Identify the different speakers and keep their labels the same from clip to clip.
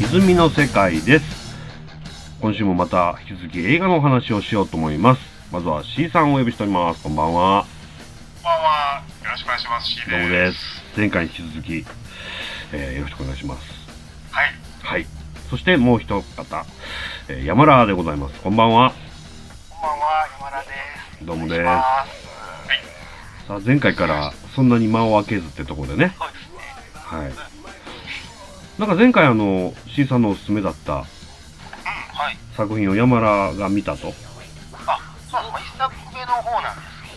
Speaker 1: 泉の世界です今週もまた引き続き映画のお話をしようと思いますまずは C さんをお呼びしておりますこんばんは
Speaker 2: こんばんは。よろしくお願いします。C
Speaker 1: どうも
Speaker 2: で。
Speaker 1: ですす前回に引き続き、えーよろしくお願いします
Speaker 2: はい。
Speaker 1: はいそしてもう一方、えー、山田でございますこんばんは
Speaker 2: こんばんは。山田です。
Speaker 1: どうもです
Speaker 2: お願いしますはい。
Speaker 1: さあ前回からそんなに間を空けずってところでね
Speaker 2: そうですね。
Speaker 1: はいなんか前回あの C さんのおすすめだった
Speaker 2: うん。はい。
Speaker 1: 作品を山田が見たと
Speaker 2: あ、そうそう。一作目の方なんですけ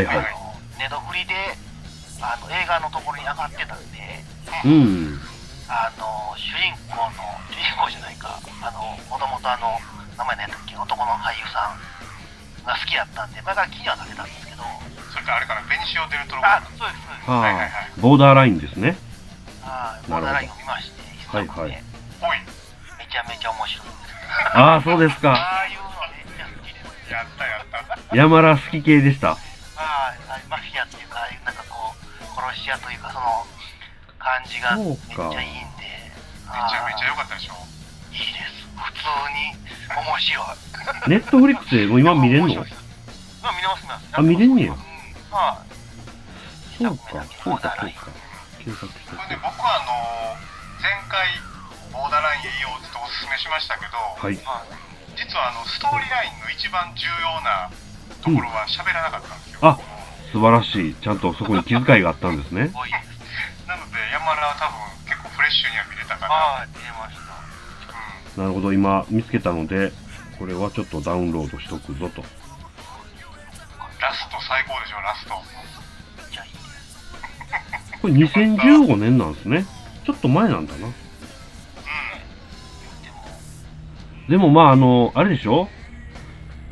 Speaker 1: はいはい
Speaker 2: あのネドフリで、あの映画のところに上がってたんで、
Speaker 1: う
Speaker 2: う
Speaker 1: ん
Speaker 2: んあの主人公の主人公じゃないか。あのもともとあの名前何だっけ男の俳優さん。が好きやったんで、前から気にはなってたんですけど。それからあれからベニシオデルトロあ、そうです。そうです
Speaker 1: はあ、ボーダーラインですね
Speaker 2: はい、
Speaker 1: な
Speaker 2: ボ
Speaker 1: るほど
Speaker 2: ーダーラインを見まして、一作目、
Speaker 1: はいはい
Speaker 2: めちゃめちゃ面白いです。
Speaker 1: ああそうですか
Speaker 2: ああいうのめっちゃ好きです。やったやった。
Speaker 1: 山田好き系でした
Speaker 2: はい、あマフィアっていうか、ああいうなんかこう、殺し屋というか、その感じがめっちゃいいんで、めちゃめちゃ良かったでしょ。いいです。普通に面白い。
Speaker 1: ネットフリックスでもう今見れんの
Speaker 2: 面白いですうん見れます、見れます。
Speaker 1: あ見れんねや
Speaker 2: うはい。
Speaker 1: そうかそうかそうか検索して
Speaker 3: それで僕はあの前回ボーダーラインへいいよっておすすめしましたけど、
Speaker 1: はい
Speaker 3: 実はあのストーリーラインの一番重要なところは喋らなかったんですよ、
Speaker 1: あ素晴らしいちゃんとそこに気遣いがあったんですね
Speaker 2: 多いです。
Speaker 3: なので山田は多分結構フレッシュには見れたかな、
Speaker 2: はい、見れました。
Speaker 3: う
Speaker 1: な
Speaker 3: ん
Speaker 1: るほど今見つけたのでこれはちょっとダウンロードしとくぞと
Speaker 3: ラスト最高でしょラスト
Speaker 2: めっちゃいいです。
Speaker 1: これ2015年なんですねちょっと前なんだなで
Speaker 2: でも、
Speaker 1: もまああのあれでしょ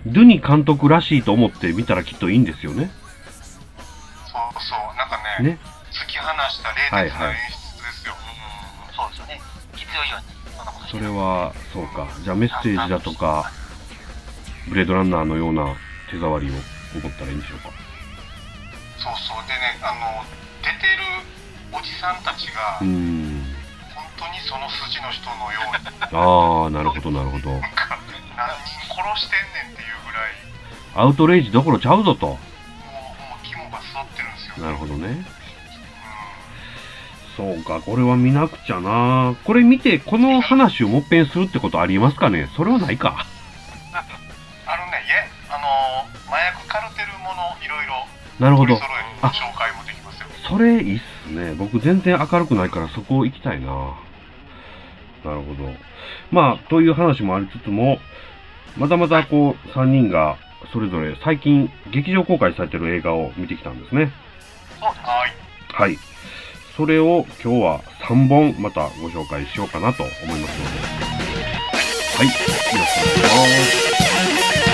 Speaker 1: ドゥニ監督らしいと思って見たらきっといいんですよね
Speaker 3: そうそうなんかね
Speaker 1: ね
Speaker 3: 突き放した
Speaker 1: は
Speaker 3: 冷
Speaker 1: い
Speaker 3: 徹
Speaker 1: は
Speaker 3: ない演出ですよ、
Speaker 2: うん、そうですよね。必要以上に、そんなことし
Speaker 1: そ
Speaker 2: て
Speaker 1: れ
Speaker 2: ない
Speaker 1: はそうかじゃあメッセージだとかブレードランナーのような手触りを起こったらいいんでしょうか
Speaker 3: そうそうでねあの出てるおじさんたちが
Speaker 1: うーん
Speaker 3: 本当にその筋の人のように
Speaker 1: ああなるほどなるほど
Speaker 3: 何人殺してんねんっていうぐら
Speaker 1: ア
Speaker 3: い
Speaker 1: ウトレイジどころちゃうぞと
Speaker 3: もうもう肝が座ってるんですよ
Speaker 1: なるほどね
Speaker 3: う
Speaker 1: そうかこれは見なくちゃなこれ見てこの話をもっぺんするってことありますかねそれはないか
Speaker 3: んあのねいえあのー麻薬カルテルものいろいろ
Speaker 1: なるほ
Speaker 3: 取り
Speaker 1: ど
Speaker 3: 揃え
Speaker 1: あ
Speaker 3: 紹介もできますよ
Speaker 1: それいいっすね。僕全然明るくないからそこ行きたいな。なるほど。まあ、という話もありつつも、またまたこう、3人がそれぞれ最近劇場公開されてる映画を見てきたんですね。
Speaker 3: はい
Speaker 1: はい。それを今日は3本またご紹介しようかなと思いますので。はい。よろしくお願いします。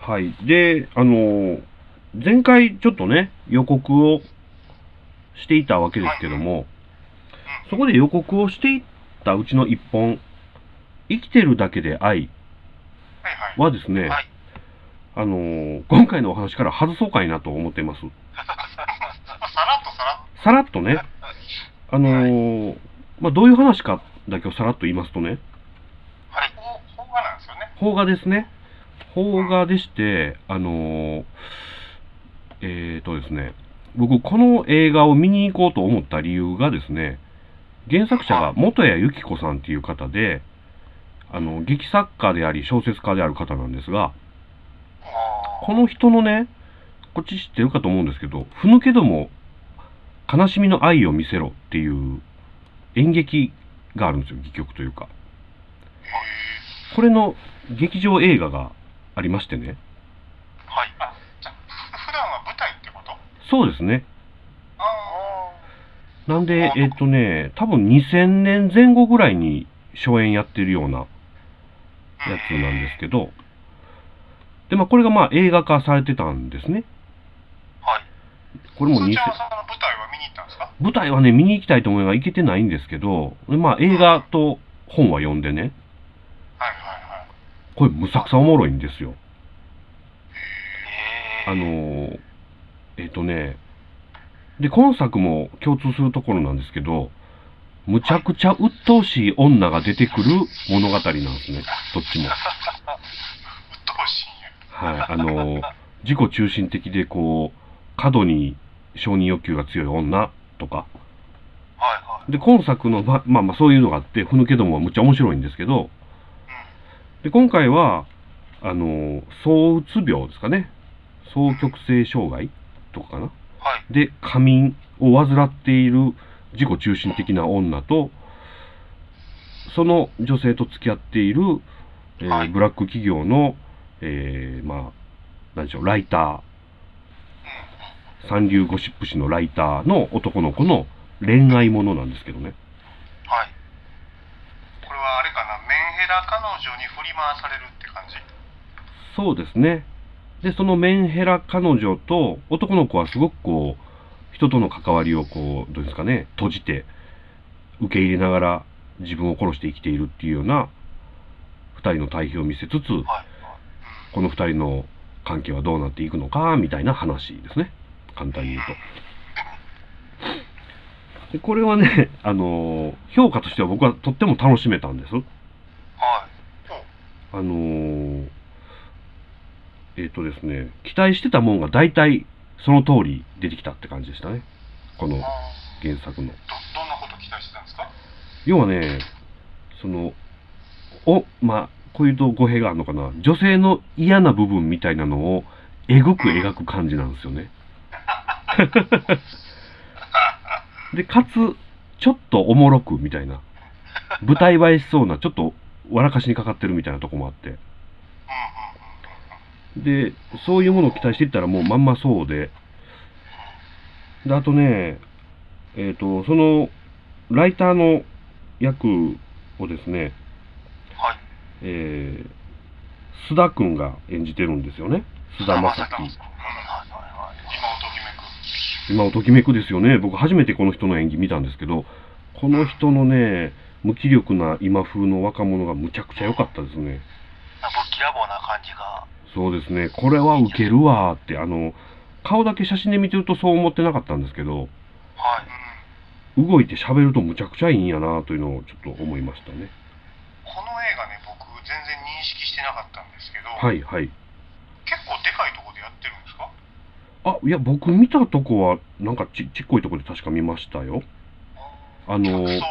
Speaker 1: はい。で、あのー前回ちょっとね、予告をしていたわけですけども、そこで予告をしていったうちの一本、生きてるだけで愛
Speaker 3: はいはい
Speaker 1: はですね、
Speaker 3: はい
Speaker 1: あのー今回のお話から外そうかいなと思っています。
Speaker 3: あさらっとさらっと
Speaker 1: さらっとね、あのーまあ、どういう話かだけをさらっと言いますとね、
Speaker 3: はいこうこうがなんですよね
Speaker 1: 邦画ですね。邦画でして、あのーえーとですね、僕、この映画を見に行こうと思った理由がですね、原作者が元谷由紀子さんっていう方で、あの、劇作家であり、小説家である方なんですが、この人のね、こっち知ってるかと思うんですけど、ふぬけども、悲しみの愛を見せろっていう演劇があるんですよ、戯曲というか。これの劇場映画がありましてね。
Speaker 3: はいあじゃあふ普段は舞台ってこと
Speaker 1: そうですね。
Speaker 3: ああ
Speaker 1: なんで
Speaker 3: あ、
Speaker 1: えっとね、多分2000年前後ぐらいに初演やってるようなやつなんですけど、で、まあこれがまあ映画化されてたんですね。
Speaker 3: はい
Speaker 1: これも
Speaker 3: すー
Speaker 1: 2000
Speaker 3: ちゃんはその舞台は見に行ったんですか
Speaker 1: 舞台はね、見に行きたいと思いが行けてないんですけど、でまあ映画と本は読んでね、
Speaker 3: はいはいはい
Speaker 1: これむさくさおもろいんですよ。
Speaker 3: あ
Speaker 1: あのーえっとねで今作も共通するところなんですけどむちゃくちゃ鬱陶しい女が出てくる物語なんですねどっちも。
Speaker 3: 鬱陶しいんや。
Speaker 1: はい、あの自己中心的でこう過度に承認欲求が強い女とか
Speaker 3: はいは
Speaker 1: で今作のままあまあそういうのがあってふぬけどもはむっちゃ面白いんですけどで今回はあの躁うつ病ですかね双極性障害とかかな、
Speaker 3: は
Speaker 1: で過眠を患っている自己中心的な女とその女性と付き合っている、えー
Speaker 3: はい
Speaker 1: ブラック企業の、えーまあ何でしょうライター三流ゴシップ誌のライターの男の子の恋愛ものなんですけどね
Speaker 3: い。はい。これはあれかな、メンヘラ彼女に振り回されるって感じ。
Speaker 1: そうですねでそのメンヘラ彼女と男の子はすごくこう人との関わりをこうどうですかね閉じて受け入れながら自分を殺して生きているっていうような2人の対比を見せつつ
Speaker 3: はい。
Speaker 1: この2人の関係はどうなっていくのかみたいな話ですね簡単に言うとでこれはねあの評価としては僕はとっても楽しめたんです
Speaker 3: はい。
Speaker 1: あのーえっ、とですね、期待してたもんが大体その通り出てきたって感じでしたね。この
Speaker 3: あ
Speaker 1: 原作の。
Speaker 3: ーど、どんなこと期待してたんですか
Speaker 1: 要はね、その、お、まあ、こういうと語弊があるのかな。女性の嫌な部分みたいなのをえぐく描く感じなんですよね。で、かつ、ちょっとおもろくみたいな。舞台映えしそうな、ちょっと笑かしにかかってるみたいなとこもあって。
Speaker 3: うんうんうん。
Speaker 1: でそういうものを期待していったらもうまんまそうでであとねえっ、とそのライターの役をですね、
Speaker 3: はい
Speaker 1: えー、須田君が演じてるんですよね須田
Speaker 3: ま
Speaker 1: 将
Speaker 3: さ
Speaker 1: 暉
Speaker 3: はいはいはい。今を
Speaker 1: 今
Speaker 3: ときめく。
Speaker 1: をときめくですよね僕初めてこの人の演技見たんですけどこの人のね無気力な今風の若者がむちゃくちゃ良かったですね
Speaker 2: なんかぶっきらぼうな感じが
Speaker 1: そうですねこれはウケるわーってあの顔だけ写真で見てるとそう思ってなかったんですけど
Speaker 3: はい。
Speaker 1: 動いて喋るとむちゃくちゃいいんやなというのをちょっと思いましたね。
Speaker 3: この映画ね、僕全然認識してなかったんですけど、
Speaker 1: はいはい。
Speaker 3: 結構でかいとこでやってるんですか
Speaker 1: あいや僕見たとこはなんかちちっこいとこで確か見ましたよ。あの
Speaker 3: 客層は若者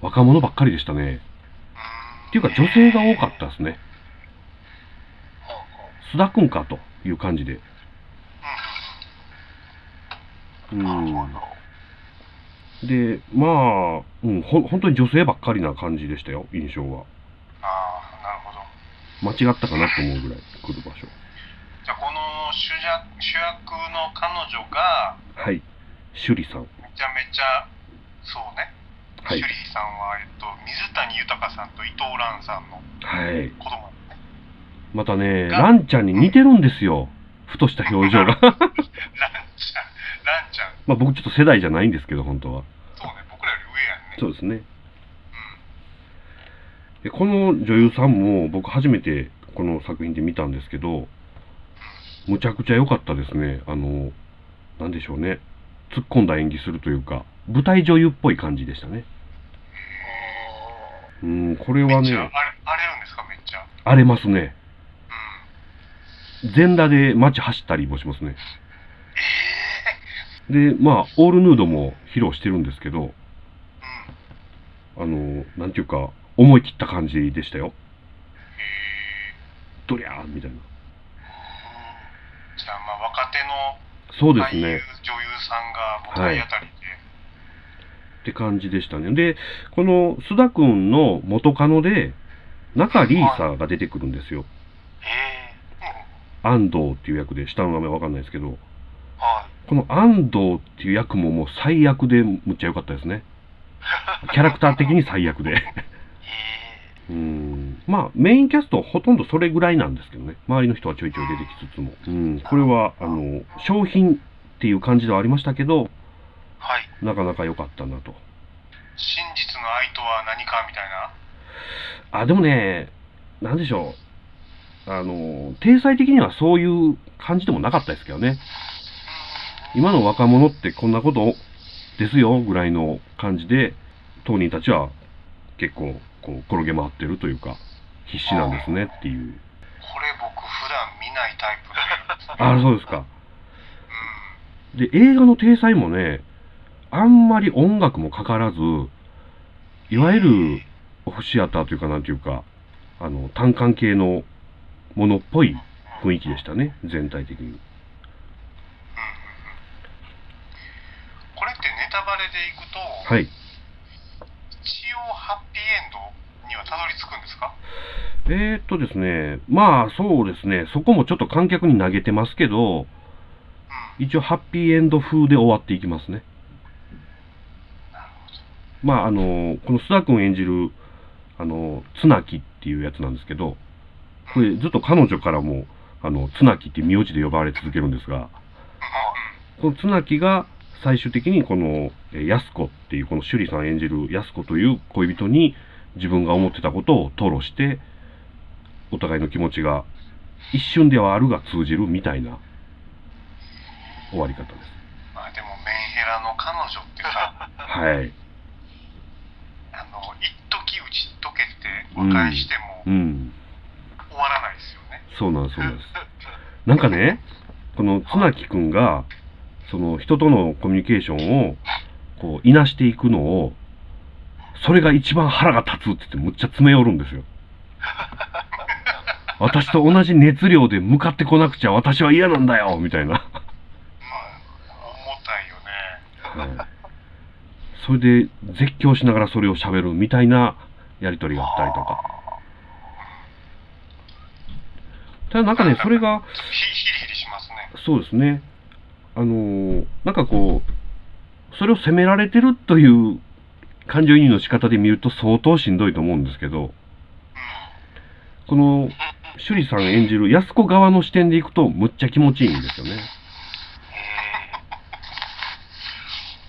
Speaker 1: 若者ばっかりでしたね。
Speaker 3: っ
Speaker 1: っていうか女性が多か ったですね。須田君かという感じで。うん。でまあ、うん、ほん本当に女性ばっかりな感じでしたよ印象は。
Speaker 3: ああなるほど
Speaker 1: 間違ったかなと思うぐらい来る場所。
Speaker 3: じゃあこの主役主役の彼女が
Speaker 1: はい。趣里さん。
Speaker 3: めちゃめちゃそうね、
Speaker 1: はい
Speaker 3: 趣里さんは、えっと、水谷豊さんと伊藤蘭さんの
Speaker 1: はい。
Speaker 3: 子供
Speaker 1: またね、
Speaker 3: が
Speaker 1: ランちゃんに似てるんですよ。ふとした表 情が。
Speaker 3: ランちゃんランちゃん
Speaker 1: まあ僕ちょっと世代じゃないんですけど、本当は。
Speaker 3: そうね僕らより上やんね
Speaker 1: そうですね。でこの女優さんも僕初めてこの作品で見たんですけど、むちゃくちゃ良かったですね。あの、なんでしょうね。突っ込んだ演技するというか、舞台女優っぽい感じでしたね。うん、これは
Speaker 3: めっちゃ
Speaker 1: ね、
Speaker 3: 荒れ荒れるんですかめっちゃ
Speaker 1: 荒れますね。
Speaker 3: うん
Speaker 1: 全裸で街走ったりもしますね。で、まあ、オールヌードも披露してるんですけど、
Speaker 3: うん
Speaker 1: あの、なんていうか、思い切った感じでしたよ。
Speaker 3: へえ
Speaker 1: ドリャーみたいな。
Speaker 3: じゃあまあ若手の
Speaker 1: そうです
Speaker 3: 俳優、
Speaker 1: ね。
Speaker 3: 女優さんが僕体当たりで、
Speaker 1: って感じでしたね。で、この須田くんの元カノで、中リーサが出てくるんですよ。
Speaker 3: ええ
Speaker 1: 安藤っていう役で、下の名前わかんないですけど、
Speaker 3: はい
Speaker 1: この安藤っていう役ももう最悪でむっちゃ良かったですね。 キャラクター的に最悪で。うんまあメインキャストはほとんどそれぐらいなんですけどね周りの人はちょいちょい出てきつつも、うん、これはあの商品っていう感じではありましたけど
Speaker 3: はい
Speaker 1: なかなか良かったなと
Speaker 3: 真実の愛とは何かみたいな
Speaker 1: あでもね何でしょうあの、体裁的にはそういう感じでもなかったですけどね。今の若者ってこんなことですよぐらいの感じで、当人たちは結構こう転げ回ってるというか、必死なんですねっていう。
Speaker 3: これ僕普段見ないタイ プの
Speaker 1: ああ、
Speaker 3: やつ
Speaker 1: そうですか。
Speaker 3: う
Speaker 1: で、映画の体裁もね、あんまり音楽もかからず、いわゆるオフシアターというかなんていうか、あの、単管系のものっぽい雰囲気でしたね、全体的に。
Speaker 3: んうんうんこれってネタバレでいくと、
Speaker 1: はい。
Speaker 3: 一応ハッピーエンドにはたどり着くんですか
Speaker 1: えー、っとですね、まあそうですね、そこもちょっと観客に投げてますけど、
Speaker 3: うん
Speaker 1: 一応ハッピーエンド風で終わっていきますね。
Speaker 3: なるほど
Speaker 1: まああの、この須田君演じる、あの、綱木っていうやつなんですけど、これずっと彼女からも、あの、綱木って名字で呼ばれ続けるんですが、この綱木が最終的にこのえー安子っていうこの趣里さん演じる安子という恋人に自分が思ってたことを吐露してお互いの気持ちが一瞬ではあるが通じるみたいな終わり方です。
Speaker 3: まあでもメンヘラの彼女っ てさ
Speaker 1: はい。
Speaker 3: あの一時打ち解けて和解しても
Speaker 1: うん。
Speaker 3: 終わらないですよね、
Speaker 1: そうなんですそうなんです。なんかね、この綱木くんがその人とのコミュニケーションをこういなしていくのをそれが一番腹が立つって言ってむっちゃ詰め寄るんですよ。私と同じ熱量で向かってこなくちゃ私は嫌なんだよみたいな、
Speaker 3: 重たいよね
Speaker 1: はいそれで絶叫しながらそれを喋るみたいなやり取りがあったりとかただなんかねそれが
Speaker 3: ヒヒリヒリしますね
Speaker 1: そうですね。あのーなんかこう、それを責められてるという感情移入の仕方で見ると相当しんどいと思うんですけど、この、趣里さん演じる安子側の視点でいくと、むっちゃ気持ちいいんですよね。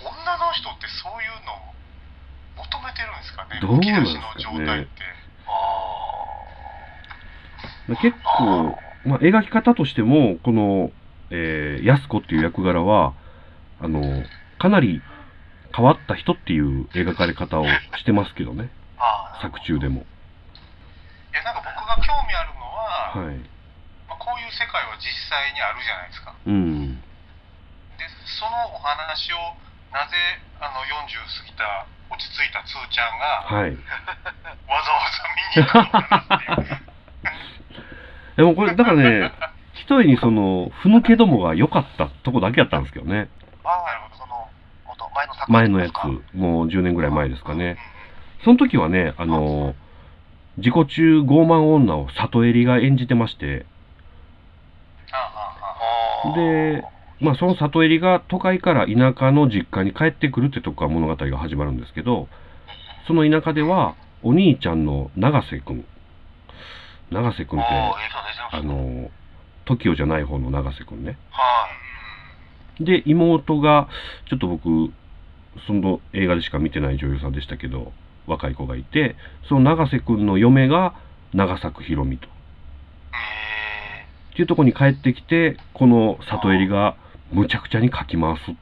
Speaker 3: 女の人ってそういうのを求めてるんですかね
Speaker 1: どうなんで
Speaker 3: む
Speaker 1: す
Speaker 3: き出しの
Speaker 1: かね
Speaker 3: 状態って
Speaker 1: 結構、まあ、描き方としても、この、えー安子っていう役柄は、あのかなり変わった人っていう描かれ方をしてますけどね、
Speaker 2: あ
Speaker 1: 作中でも。
Speaker 3: いやなんか僕が興味あるのは、
Speaker 1: はい。
Speaker 3: まあ、こういう世界は実際にあるじゃないですか
Speaker 1: うん。
Speaker 3: でそのお話をなぜあの40過ぎた落ち着いたつーちゃんが
Speaker 1: はい。
Speaker 3: わざわざ見に行くのかなっていう
Speaker 1: でもこれ、だからね、一重にその、ふぬけどもが良かったとこだけやったんですけどね。
Speaker 2: あなるほどその元前の作品
Speaker 1: 前のや
Speaker 2: ですか
Speaker 1: つ、もう10年ぐらい前ですかね。その時はね、あの、自己中傲慢女を里襟が演じてまして、
Speaker 3: あああああ
Speaker 2: あー
Speaker 1: で、まあその里襟が都会から田舎の実家に帰ってくるってとこから物語が始まるんですけど、その田舎では、お兄ちゃんの永瀬くん。永瀬くんって、
Speaker 2: あー映像出てます
Speaker 1: あの、TOKIO じゃない方の永瀬くんね。
Speaker 2: はい
Speaker 1: で、妹が、ちょっと僕、その映画でしか見てない女優さんでしたけど、若い子がいて、その永瀬くんの嫁が長作ひろみと。
Speaker 2: え
Speaker 1: っていうところに帰ってきて、この里襟がむちゃくちゃにかき回すっ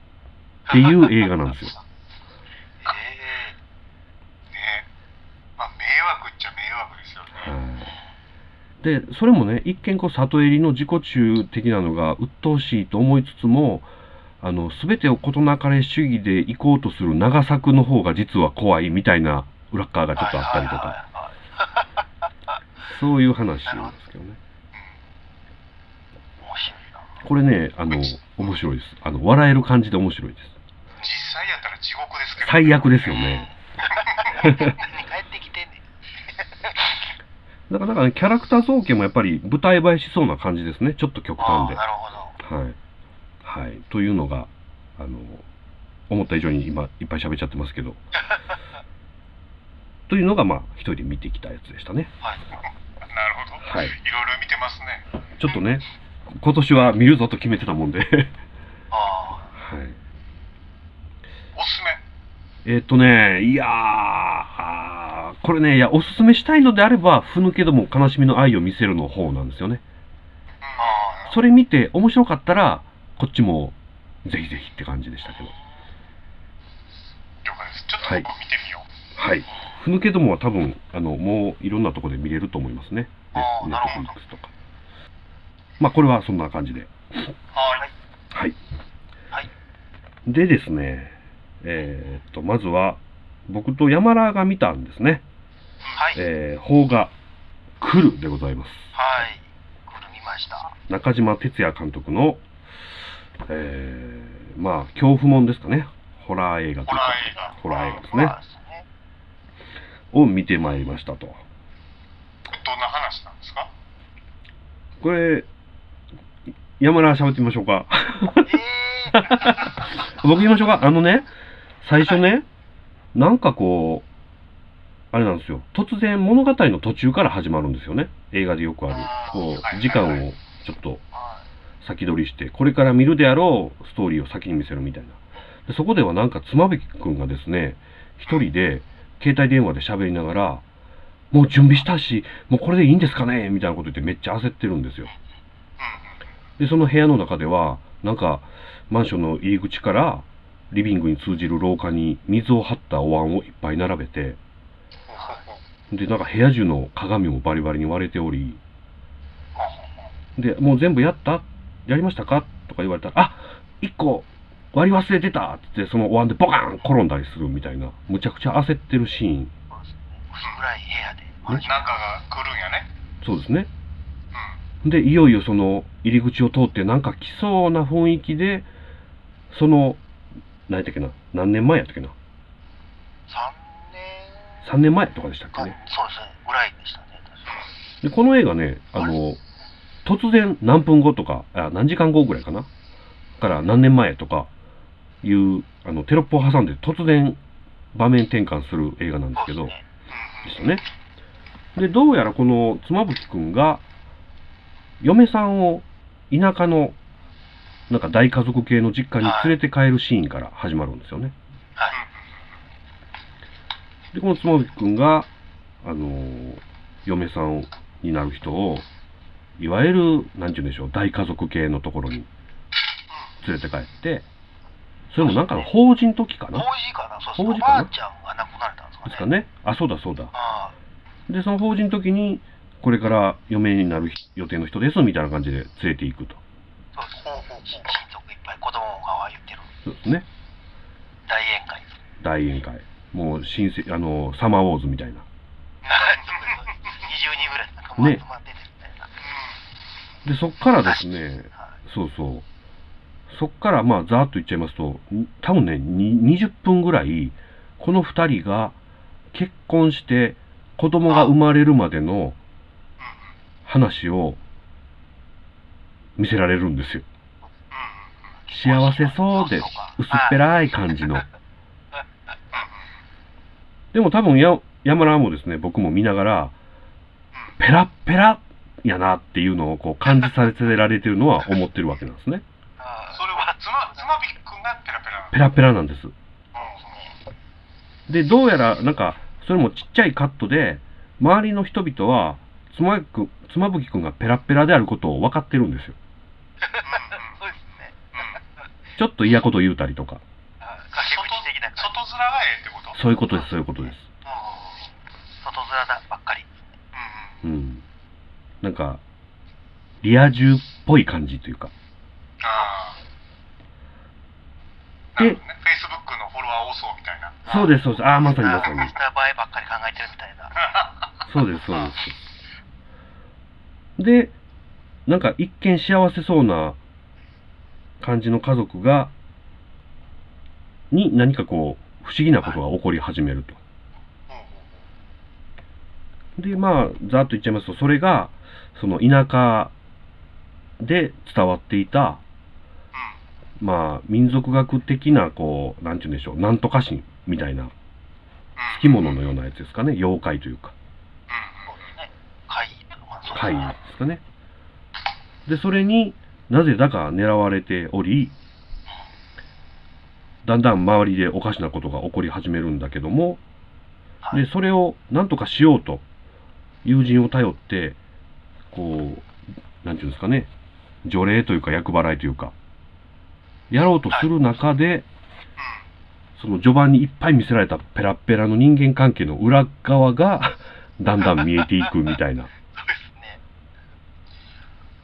Speaker 1: ていう映画なんですよ。
Speaker 2: ー、え
Speaker 3: ねまあ迷惑っちゃ迷惑ですよね
Speaker 1: はいで、それもね、一見こう里襟の自己中的なのが鬱陶しいと思いつつも、あの、すべてを事なかれ主義で行こうとする長作の方が実は怖いみたいな裏っ側が
Speaker 2: ー、
Speaker 1: ちょっとあったりとか。
Speaker 2: はいはいはいはい
Speaker 1: そういう話なんですけどね。
Speaker 2: 面白いな
Speaker 1: これね、あの、面白いです。あの、笑える感じで面白いです。
Speaker 3: 実際やったら地獄ですけど
Speaker 1: 最悪ですよね。
Speaker 2: 何帰ってきてんねん
Speaker 1: なかなかね、キャラクター造形もやっぱり舞台映えしそうな感じですね。ちょっと極
Speaker 2: あ
Speaker 1: 端
Speaker 2: あ
Speaker 1: で。
Speaker 2: なるほど
Speaker 1: はい。はい。というのが、あの、思った以上に今、いっぱい喋っちゃってますけど。というのが、まあ、一人で見てきたやつでしたね。
Speaker 2: はい
Speaker 3: なるほど、
Speaker 1: はい
Speaker 3: いろいろ見てますね
Speaker 1: ちょっとね、今年は見るぞと決めてたもんで。はい。
Speaker 2: ああ
Speaker 3: おすすめ
Speaker 1: えっとね、いやー、あーこれね、いや、おすすめしたいのであれば、ふぬけども悲しみの愛を見せるの方なんですよね。
Speaker 3: ああ
Speaker 1: それ見て面白かったら、こっちもぜひぜひって感じでしたけど。
Speaker 3: 了解ですちょっと
Speaker 1: はい
Speaker 3: 僕見てみよう、
Speaker 1: はい。ふぬけどもは多分、あの、もういろんなとこで見れると思いますね。ね
Speaker 3: あー
Speaker 1: ネ
Speaker 3: な
Speaker 1: ッ
Speaker 3: る
Speaker 1: トフ
Speaker 3: ほど
Speaker 1: リックスとか。まあ、これはそんな感じで。
Speaker 3: はい
Speaker 1: はい。
Speaker 2: はい
Speaker 1: でですね、えーっと、まずは、僕と山田が見たんですね。
Speaker 2: はい、
Speaker 1: えー、邦画、来るでございます。
Speaker 2: はい、これ見ました。
Speaker 1: 中島哲也監督の、えー、まあ、恐怖もんですかね。ホラー映画と
Speaker 3: ホ
Speaker 1: いうか、
Speaker 3: ラー映画
Speaker 1: ホラー映画です
Speaker 2: ま
Speaker 1: ね。
Speaker 2: あですね
Speaker 1: を見てまいりましたと。
Speaker 3: どんな話なんですか
Speaker 1: これ、山田喋ってみましょうか。
Speaker 2: えー、
Speaker 1: 僕言いましょうか。あのね、最初ね、なんかこう、あれなんですよ。突然物語の途中から始まるんですよね。映画でよくある
Speaker 3: あ。ー
Speaker 1: こ、
Speaker 3: はいう
Speaker 1: 時間
Speaker 3: はいは
Speaker 1: をちょっと
Speaker 2: は
Speaker 1: 先取りして、これから見るであろうストーリーを先に見せるみたいな。でそこではなんか妻夫木くんがですね、一人で携帯電話で喋りながら、もう準備したし、もうこれでいいんですかねみたいなこと言ってめっちゃ焦ってるんですよ。
Speaker 3: うん
Speaker 1: でその部屋の中ではなんかマンションの入り口からリビングに通じる廊下に水を張ったお椀をいっぱい並べて
Speaker 3: ほうほうほう
Speaker 1: でなんか部屋中の鏡もバリバリに割れており
Speaker 3: ほうほうほう
Speaker 1: でもう全部やったやりましたかとか言われたらあ一個割り忘れてたっつってそのお椀でボカーン転んだりするみたいなむちゃくちゃ焦ってるシーン
Speaker 2: い、薄暗い部屋で。
Speaker 1: うん
Speaker 3: なんかが来るんやね
Speaker 1: そうですね
Speaker 3: うん
Speaker 1: でいよいよその入り口を通ってなんか来そうな雰囲気でその何やったっけな何年前やったっけな3
Speaker 2: 三年
Speaker 1: 年前とかでしたっけ
Speaker 2: か、
Speaker 1: ね
Speaker 2: そうですね、ぐらいでしたね。確か
Speaker 1: でこの映画ねあの突然何分後とかあ何時間後ぐらいかなから何年前とかいうあのテロップを挟んで突然場面転換する映画なんですけ
Speaker 2: そ
Speaker 1: ど
Speaker 2: うです
Speaker 3: う
Speaker 2: ね。
Speaker 3: ん
Speaker 1: でし
Speaker 3: うん
Speaker 1: たねでどうやらこの妻夫木くんが嫁さんを田舎のなんか大家族系の実家に連れて帰るシーンから始まるんですよね
Speaker 2: はい、
Speaker 1: でこの妻夫木君が、あのー嫁さんになる人をいわゆる何て言うんでしょう大家族系のところに連れて帰ってそれもなんかの法人時か
Speaker 2: 法
Speaker 1: な
Speaker 2: 事かな、そう
Speaker 1: 法事
Speaker 2: ですね。お
Speaker 1: かな
Speaker 2: ばあちゃんが亡くなられたんですかね。
Speaker 1: ですかねあそうだそうだ
Speaker 2: あ
Speaker 1: でその法人時にこれから嫁になる人予定の人ですみたいな感じで連れていくと
Speaker 2: あ、そうですね。親族いっぱい子供が言ってる
Speaker 1: そうですね
Speaker 2: 大宴会。
Speaker 1: 大宴会もう新鮮あのーサマーウォーズみたいな
Speaker 2: 二十人ぐらいなんかもう集まっててみたいな。
Speaker 1: でそっからですね
Speaker 2: はい
Speaker 1: そうそう。そっから、まあ、ざーっと言っちゃいますと、ん多分ね、に20分ぐらい、この2人が結婚して、子供が生まれるまでの話を見せられるんですよ。幸せそうで、薄っぺらい感じの。でも多分や、山田もですね、僕も見ながら、ペラッペラやなっていうのをこう感じさせられてるのは思ってるわけなんですね。
Speaker 2: あー
Speaker 3: それはつまつまびっくんがペラペラなの
Speaker 1: ペラペラなんです。
Speaker 3: うん
Speaker 1: でどうやらなんかそれもちっちゃいカットで周りの人々は妻夫木くん妻夫木くんがペラッペラであることを分かってるんですよ
Speaker 2: そうですね。
Speaker 1: ちょっと嫌こと言うたりとか
Speaker 2: はい
Speaker 3: 外
Speaker 2: 陰口的な感じ。
Speaker 3: 外面がええってこと
Speaker 1: そういうことですそういうことです
Speaker 2: 外面だばっかり。
Speaker 3: うんうん
Speaker 1: うんなんかリア充っぽい感じというか
Speaker 3: ああな
Speaker 1: で
Speaker 3: るほどねフェイスブックのフォロワー多そうみたいな
Speaker 1: そうですそうですああまさにま さに
Speaker 2: インスタ映えばっかり考えてるみたいな。
Speaker 1: そうですそうですでなんか一見幸せそうな感じの家族がに何かこう不思議なことが起こり始めるとでまあざーっと言っちゃいますとそれがその田舎で伝わっていたまあ民族学的なこうなんて言うんでしょうなんとか神みたいな
Speaker 3: 好
Speaker 1: 着物のようなやつですかね妖怪というか
Speaker 2: そうですね。会議とかそうです
Speaker 1: 怪異
Speaker 2: ね
Speaker 1: ですかねでそれになぜだか狙われておりだんだん周りでおかしなことが起こり始めるんだけども
Speaker 2: はい
Speaker 1: でそれをなんとかしようと友人を頼ってこうなんていうんですかね除霊というか厄払いというかやろうとする中でその序盤にいっぱい見せられたペラッペラの人間関係の裏側がだんだん見えていくみたいな
Speaker 2: そうですね。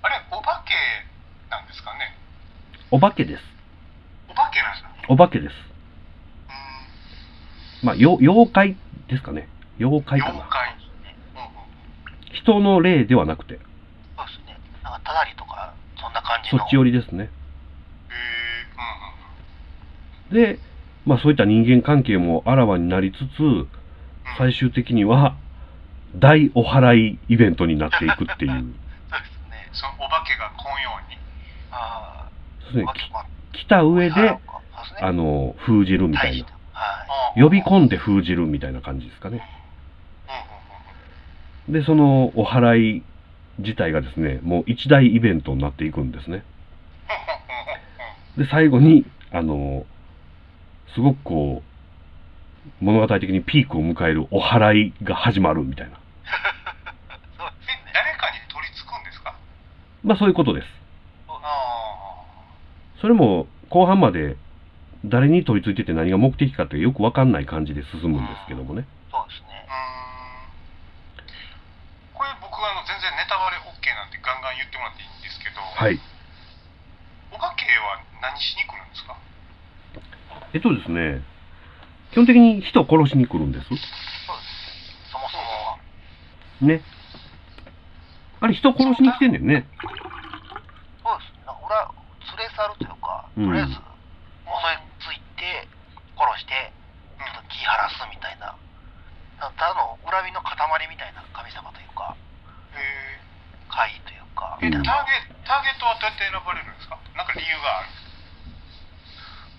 Speaker 3: あれお化けなんですかね
Speaker 1: お化けです
Speaker 3: お化けなんですか
Speaker 1: お化けです
Speaker 3: うん
Speaker 1: まあよ妖怪ですかね妖怪か
Speaker 3: 妖
Speaker 1: な
Speaker 3: 怪うんうん
Speaker 1: 人の霊ではなくて
Speaker 2: そうですね。なんかただりとかそんな感じ
Speaker 1: そ
Speaker 2: の。
Speaker 1: っち寄りですね
Speaker 3: へえうんうん
Speaker 1: で、まあ、そういった人間関係もあらわになりつつ最終的には大お祓いイベントになっていくっていう
Speaker 2: そうですね。
Speaker 3: そのお化けが来んように
Speaker 2: あ
Speaker 1: そうです
Speaker 2: あ、
Speaker 1: ね
Speaker 2: わけわかん
Speaker 1: き来た上
Speaker 2: ない
Speaker 1: で
Speaker 2: そうですね
Speaker 1: あの封じるみた
Speaker 2: 大
Speaker 1: い
Speaker 2: し
Speaker 1: な
Speaker 2: た。はい。
Speaker 1: 呼び込
Speaker 3: ん
Speaker 1: んで封じるみたいな感じですかね
Speaker 3: うんうんうん
Speaker 1: でそのお祓い自体がですねもう一大イベントになっていくんですねで最後にあのすごくこう物語的にピークを迎えるお祓いが始まるみたいな
Speaker 2: そうです
Speaker 3: え
Speaker 2: ね。
Speaker 3: 誰かに取り付くんですか
Speaker 1: まあそういうことです
Speaker 3: あ
Speaker 1: それも後半まで誰に取り付いてて何が目的かってよく分かんない感じで進むんですけどもね
Speaker 2: そうですね。
Speaker 3: あうーんこれ僕あの全然ネタバレ OK なんてガンガン言ってもらっていいんですけど、
Speaker 1: はい
Speaker 3: お化けは何しに来るんですか
Speaker 1: えっとですね基本的に人を殺しに来るんです
Speaker 2: そうですね。そもそもは。
Speaker 1: ねあれ人殺しに来てんだよね
Speaker 2: そうですね。なんか俺は連れ去るというか、
Speaker 1: うん
Speaker 2: とりあえず襲いついて殺してちょっと気晴らすみたいな。なんかただの恨みの塊みたいな神様というか、
Speaker 3: え
Speaker 2: 怪異というか。
Speaker 1: う
Speaker 3: え
Speaker 1: ん
Speaker 3: ターゲターゲットはどうやって選ばれるんですかなんか理由がある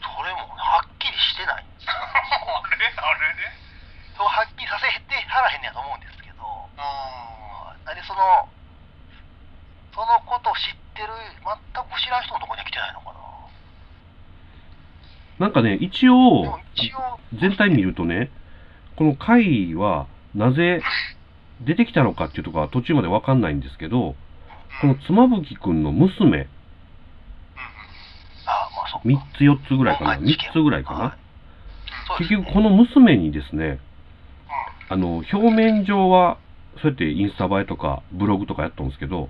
Speaker 2: それもはっきりしてないんですよ
Speaker 3: あれあれね
Speaker 2: そこはっきりさせてはらへんねやと思うんですけど
Speaker 3: あー
Speaker 2: あれそのそのことを知ってる全く知らん人のとこには来てないのかな
Speaker 1: なんかね一
Speaker 2: でも
Speaker 1: 応
Speaker 2: 一応
Speaker 1: 全体見るとねこの怪異はなぜ出てきたのかっていうところは途中まで分かんないんですけどこ
Speaker 3: うん
Speaker 1: の妻夫木くんの娘
Speaker 3: うん
Speaker 2: あまあそっか
Speaker 1: 3つ4つぐらいかな
Speaker 2: 今回
Speaker 1: 3
Speaker 2: 事件
Speaker 1: つぐらいかな
Speaker 2: はいそうです
Speaker 1: 結
Speaker 2: ね
Speaker 1: 局この娘にですね
Speaker 3: うん
Speaker 1: あの表面上はそうやってインスタ映えとかブログとかやったんですけど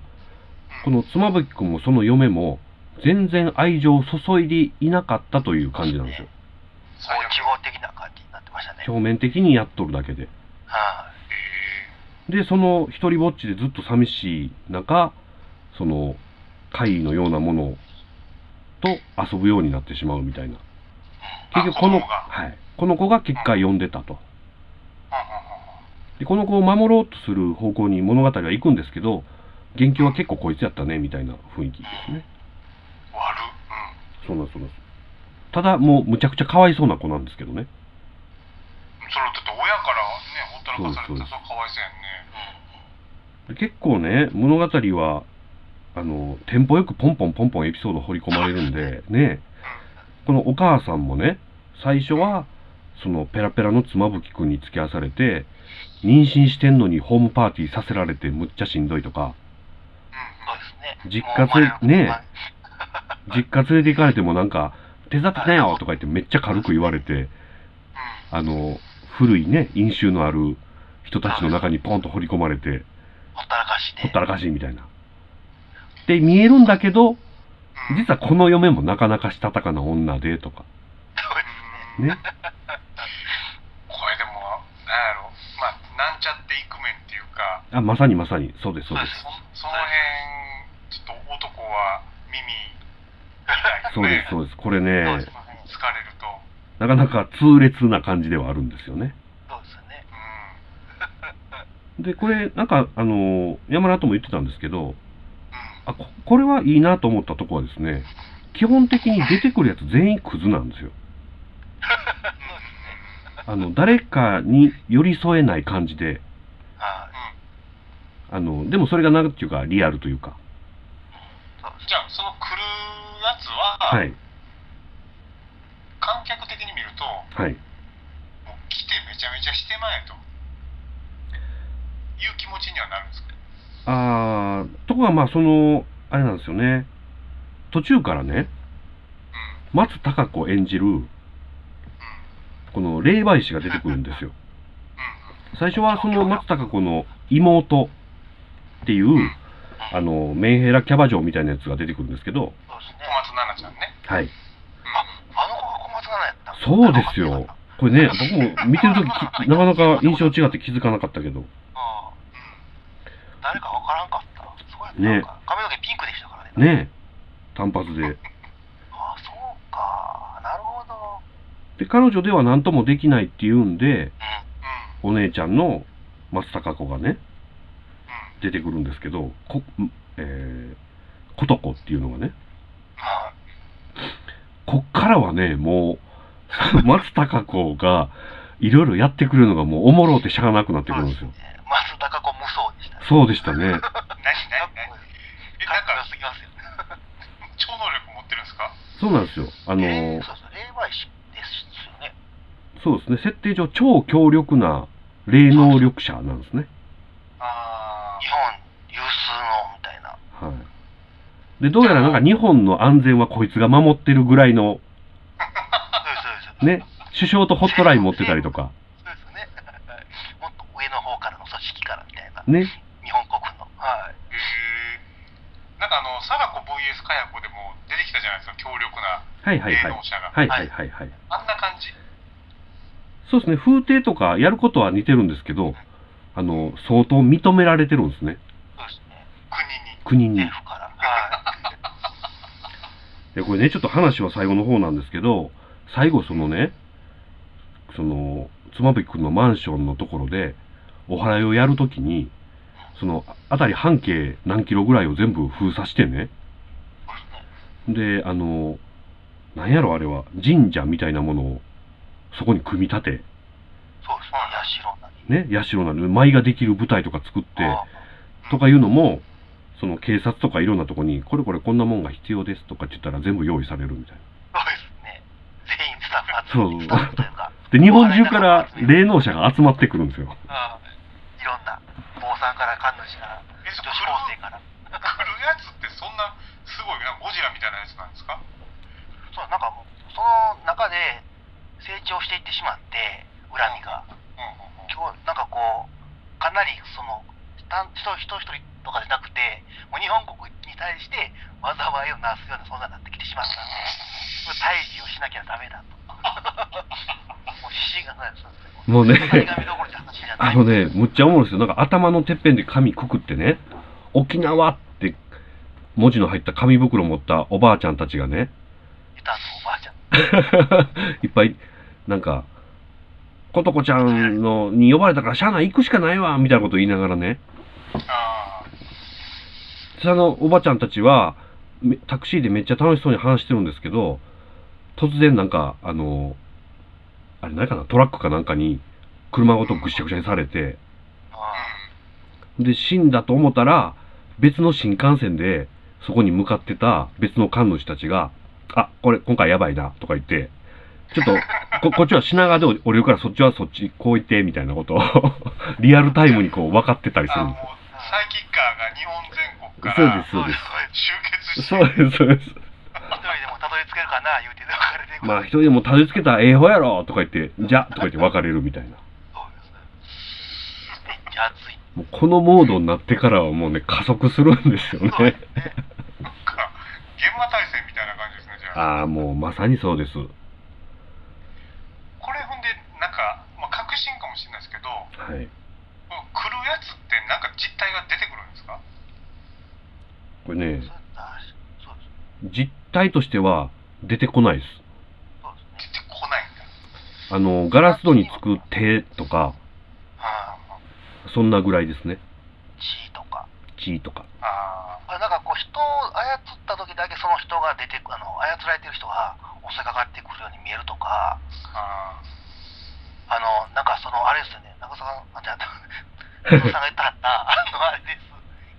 Speaker 1: この妻夫木君もその嫁も全然愛情を注いでいなかったという感じなんですよ
Speaker 3: 最悪
Speaker 2: 地方的な感じになってましたね
Speaker 1: 表面的にやっとるだけで
Speaker 2: はい
Speaker 1: でその一人ぼっちでずっと寂しい中その怪異のようなものと遊ぶようになってしまうみたいな結局この,、
Speaker 3: あ子供が
Speaker 1: はい、この子が結果呼んでたと
Speaker 3: うんうんうんうん
Speaker 1: でこの子を守ろうとする方向に物語は行くんですけど元凶は結構こいつやったねみたいな雰囲気ですね
Speaker 3: 悪うん
Speaker 1: そうなんですそうなんですただもうむちゃくちゃかわいそうな子なんですけどね
Speaker 3: それだって親からねほったらかされてたらそれかわいそうやんね
Speaker 1: で結構ね物語はあのテンポよくポンポンポンポンエピソード掘り込まれるんでねこのお母さんもね最初はそのペラペラの妻夫木君に付き合わされて妊娠してんのにホームパーティーさせられてむっちゃしんどいとか
Speaker 2: そうですね
Speaker 1: 実家
Speaker 2: もう生まれる
Speaker 1: ね
Speaker 2: はい
Speaker 1: 実家連れて行かれてもなんか「手伝ってきなよ」とか言ってめっちゃ軽く言われてあの古いね飲酒のある人たちの中にポンと掘り込まれて
Speaker 2: ほったらかし
Speaker 1: ほ
Speaker 2: で
Speaker 1: ったらかしいみたいな。で見えるんだけど
Speaker 3: うんうん
Speaker 1: 実はこの嫁もなかなかしたたかな女でとか
Speaker 3: うん
Speaker 1: ね
Speaker 3: これでもなんやろまあなんちゃってイクメンっていうか
Speaker 1: あまさにまさにそうですそうです
Speaker 3: そその辺ちょっと男は耳痛い
Speaker 1: そうですそうですこれね
Speaker 2: そうですね
Speaker 3: 疲れると
Speaker 1: なかなか痛烈な感じではあるんですよね
Speaker 2: そうですね
Speaker 3: うん
Speaker 1: でこれなんかあの山田とも言ってたんですけど
Speaker 3: うん
Speaker 1: あここれはいいなと思ったとこはですね基本的に出てくるやつ全員クズなんですよあの誰かに寄り添えない感じで
Speaker 2: はい
Speaker 1: あのでもそれがなんていうかリアルというか
Speaker 2: そうです
Speaker 3: じゃあその来るやつは、
Speaker 1: はい
Speaker 3: 観客的に見ると
Speaker 1: はい
Speaker 3: もう来てめっちゃめちゃしてまえという気持ちにはなるんですか
Speaker 1: あーところがまあそのあれなんですよね途中からね
Speaker 3: うん
Speaker 1: 松たか子演じるこの霊媒師が出てくるんですよ最初はその松たか子の妹っていう
Speaker 3: うんうんうん
Speaker 1: あのメンヘラキャバ嬢みたいなやつが出てくるんですけど
Speaker 2: そうですね
Speaker 3: 小。松菜奈ちゃんね
Speaker 1: はい
Speaker 2: あの子が小松菜奈やったん
Speaker 1: そうですよこれね僕も見てる時きなかなか印象違って気づかなかったけど
Speaker 2: ああ誰かわからんかった。そうやった
Speaker 1: ね
Speaker 2: なんか髪の毛ピンクでしたからね。
Speaker 1: ねえ単発で
Speaker 2: ああ、そうか。なるほど。
Speaker 1: で彼女では何ともできないっていうんで
Speaker 2: うん。
Speaker 3: う
Speaker 1: お姉ちゃんの松たか子がね
Speaker 3: んうん
Speaker 1: 出てくるんですけどこ、えー、ことこっていうのがね
Speaker 3: はい
Speaker 1: こっからはねもう 松たか子がいろいろやってくれるのがもうおもろうてしゃがなくなってくるんですよ
Speaker 2: えー松たか子無双でしたね。
Speaker 1: そうでしたね
Speaker 3: 何何何え
Speaker 2: か
Speaker 3: なん
Speaker 2: っこよ
Speaker 3: か
Speaker 2: すぎますよね。
Speaker 3: 超能力持ってるんですか
Speaker 1: そうなんですよあのー
Speaker 2: えーそうそう、霊媒師ですよね。
Speaker 1: そうですね設定上超強力な霊能力者なんですね
Speaker 3: あ
Speaker 2: 日本有数のみたいな。
Speaker 1: はいでどうやらなんか日本の安全はこいつが守ってるぐらいの
Speaker 2: そうですそうです。
Speaker 1: ね首相とホットライン持ってたりとか
Speaker 2: そうですね。 もっと上の方からの組織からみたいな。
Speaker 1: ね
Speaker 2: 日本国の。はい。
Speaker 3: へえなんかあの貞子 VS かや子でも出てきたじゃないですか強力な
Speaker 1: はいはい
Speaker 3: 芸
Speaker 1: はい
Speaker 3: 能者が、
Speaker 1: はいはいはいはい
Speaker 3: あんな感じ
Speaker 1: そうですね、風亭とかやることは似てるんですけど、あの相当認められてるんですね、
Speaker 2: そうですね。
Speaker 3: 国
Speaker 1: 国
Speaker 3: に
Speaker 1: に
Speaker 2: 政。府から。はい。
Speaker 1: でこれね、ちょっと話は最後の方なんですけど、最後、そのね、その妻夫木君のマンションのところで、お祓いをやるときに、その辺り半径何キロぐらいを全部封鎖してね、
Speaker 2: そうですね。
Speaker 1: で、あの、なんやろ、あれは、神社みたいなものをそこに組み立て、
Speaker 2: そうですね。社なり。
Speaker 1: ね、社なり、舞ができる舞台とか作って、
Speaker 2: ああ
Speaker 1: とかいうのも、その警察とかいろんなとこに、これこれこんなもんが必要ですとかって言ったら全部用意されるみたい
Speaker 2: そうですね。全員スタッフ集
Speaker 1: そ
Speaker 2: め
Speaker 1: う
Speaker 2: て、スタッフというか、
Speaker 1: な。で、日本中から霊能者が集まってくるんですよ。
Speaker 3: あ
Speaker 2: いろんな、坊さんから神主から、
Speaker 3: え
Speaker 2: 女
Speaker 3: そ
Speaker 2: 子
Speaker 3: の
Speaker 2: 高生から。
Speaker 3: 来るやつってそんなすごいなゴジラみたいなやつなんですか
Speaker 2: そう、なんかもう、その中で成長していってしまって、恨みが。
Speaker 3: うんうんうん
Speaker 2: 今日、なんかこう、かなりその、単人一人一人とかじゃなくて、もう日本国に対して災いをなすような存在になってきてしまったんで、これ退治をしなきゃダメだと。もう指針がないですよ。
Speaker 1: もう ね、
Speaker 2: 張り紙どころって話じゃな
Speaker 1: あ
Speaker 2: い。
Speaker 1: のね、むっちゃ思うんですよ。なんか頭のてっぺんで紙くくってね、沖縄って文字の入った紙袋持ったおばあちゃんたちがね、
Speaker 2: ユタのおばあちゃん。
Speaker 1: いっぱい、なんか、ことこちゃんのに呼ばれたからしゃあない行くしかないわみたいなこと言いながらね、
Speaker 3: あ
Speaker 1: そのおばちゃんたちはめタクシーでめっちゃ楽しそうに話してるんですけど突然なんかあのあれ何かなトラックかなんかに車ごとぐしゃぐしゃにされて
Speaker 3: あ
Speaker 2: ああ
Speaker 1: で死んだと思ったら別の新幹線でそこに向かってた別の神主たちが「あこれ今回やばいな」とか言って「ちょっとここっちは品川で降りるからそっちはそっちこう行って」みたいなことをリアルタイムにこう分かってたりす
Speaker 3: あ
Speaker 1: るんです
Speaker 3: もうサイキッカーが日本全国か
Speaker 1: そう
Speaker 3: ら
Speaker 1: ですそうです
Speaker 3: 集結して
Speaker 1: そうですそうです
Speaker 2: 一人でもたどり着けるかな言うて別れていく
Speaker 1: まあ一人でもたどり着けたらええ方やろとか言って、じゃとか言って別れるみたいな。
Speaker 2: そうですねめっちゃ暑い
Speaker 1: もうこのモードになってからはもうね、加速するんですよ
Speaker 2: そ
Speaker 1: ね。
Speaker 3: な
Speaker 2: うですね
Speaker 3: んか現場対戦みたいな感じですねじゃあ
Speaker 1: ああ、もうまさにそうです。は
Speaker 3: これほんでなんか、まあ、確信かもしれないですけど
Speaker 1: い。
Speaker 3: この来るやつってなんか実態が出てくるんですか
Speaker 1: これね
Speaker 2: そう、だそうです
Speaker 1: 実態としては出てこないです。
Speaker 2: そうですね
Speaker 3: 出てこないん
Speaker 1: あ
Speaker 3: だ
Speaker 1: の、ガラス戸につく手とか、
Speaker 2: ああ
Speaker 1: そんなぐらいですね。
Speaker 2: 血とか
Speaker 1: 血とか。
Speaker 3: あ
Speaker 2: あなんかこう人を操った時だけその人が出てくあの操られてる人が襲いかかってくるように見えるとか
Speaker 3: ーあ
Speaker 2: あのなんかそのあれですよね長澤さんじゃあ長澤さんが言ったはったあのあれです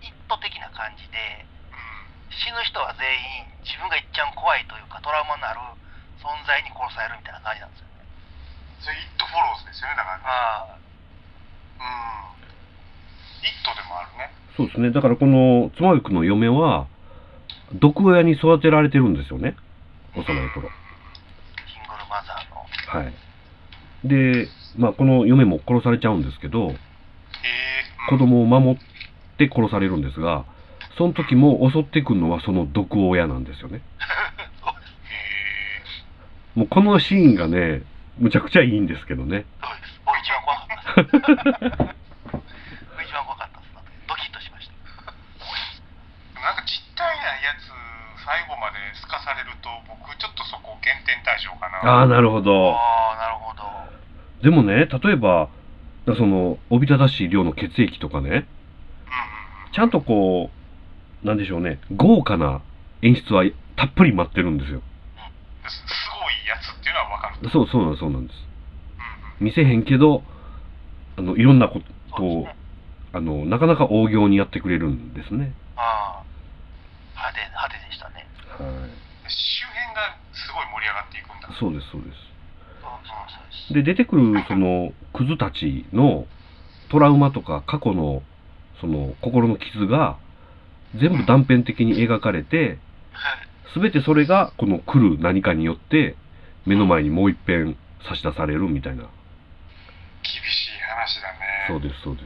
Speaker 2: 一途的な感じで
Speaker 3: ーうん
Speaker 2: 死ぬ人は全員自分がいっちゃん怖いというかトラウマになる存在に殺されるみたいな感じなんですよね
Speaker 3: それ、イットフォローズですよね、だから。
Speaker 2: あ
Speaker 3: うん。イットでもあるね。
Speaker 1: そうですねだからこの妻夫木の嫁は毒親に育てられてるんですよね幼い頃
Speaker 2: シングルマザーの。
Speaker 1: はいで、まあ、この嫁も殺されちゃうんですけど
Speaker 3: ええ
Speaker 1: 子供を守って殺されるんですがその時も襲ってくるのはその毒親なんですよね
Speaker 3: え
Speaker 1: もうこのシーンがねむちゃくちゃいいんですけどね
Speaker 2: 僕一番怖かった。僕一番怖かったです。ドキッとしました。
Speaker 3: ーなんかちっちゃいなやつ、最後まですかされると、僕、ちょっとそこ、減点対象か
Speaker 1: あ
Speaker 3: な。
Speaker 1: あなるほど
Speaker 2: ああ、なるほど。
Speaker 1: でもね例えばそのおびただしい量の血液とかね
Speaker 3: うんうんうん。
Speaker 1: ちゃんとこうなんでしょうね豪華な演出はたっぷり待ってるんですよ
Speaker 3: すすごいやつっていうのは分かる。うん
Speaker 1: そうそうなんですそうなんです
Speaker 3: うん。
Speaker 1: 見せへんけどあのいろんなこと
Speaker 2: そう
Speaker 1: を
Speaker 2: ですね。
Speaker 1: あのなかなか大行にやってくれるんですね
Speaker 2: ああ。派手、派手でしたね。
Speaker 1: はい
Speaker 3: 周辺がすごい盛り上がっていくんだ。
Speaker 1: そうですそうです
Speaker 2: そうそうそう
Speaker 1: で出てくるそのクズたちのトラウマとか過去のその心の傷が全部断片的に描かれて全てそれがこの来る何かによって目の前にもう一遍差し出されるみたいな
Speaker 3: 厳しい話だね。
Speaker 1: そうですそうです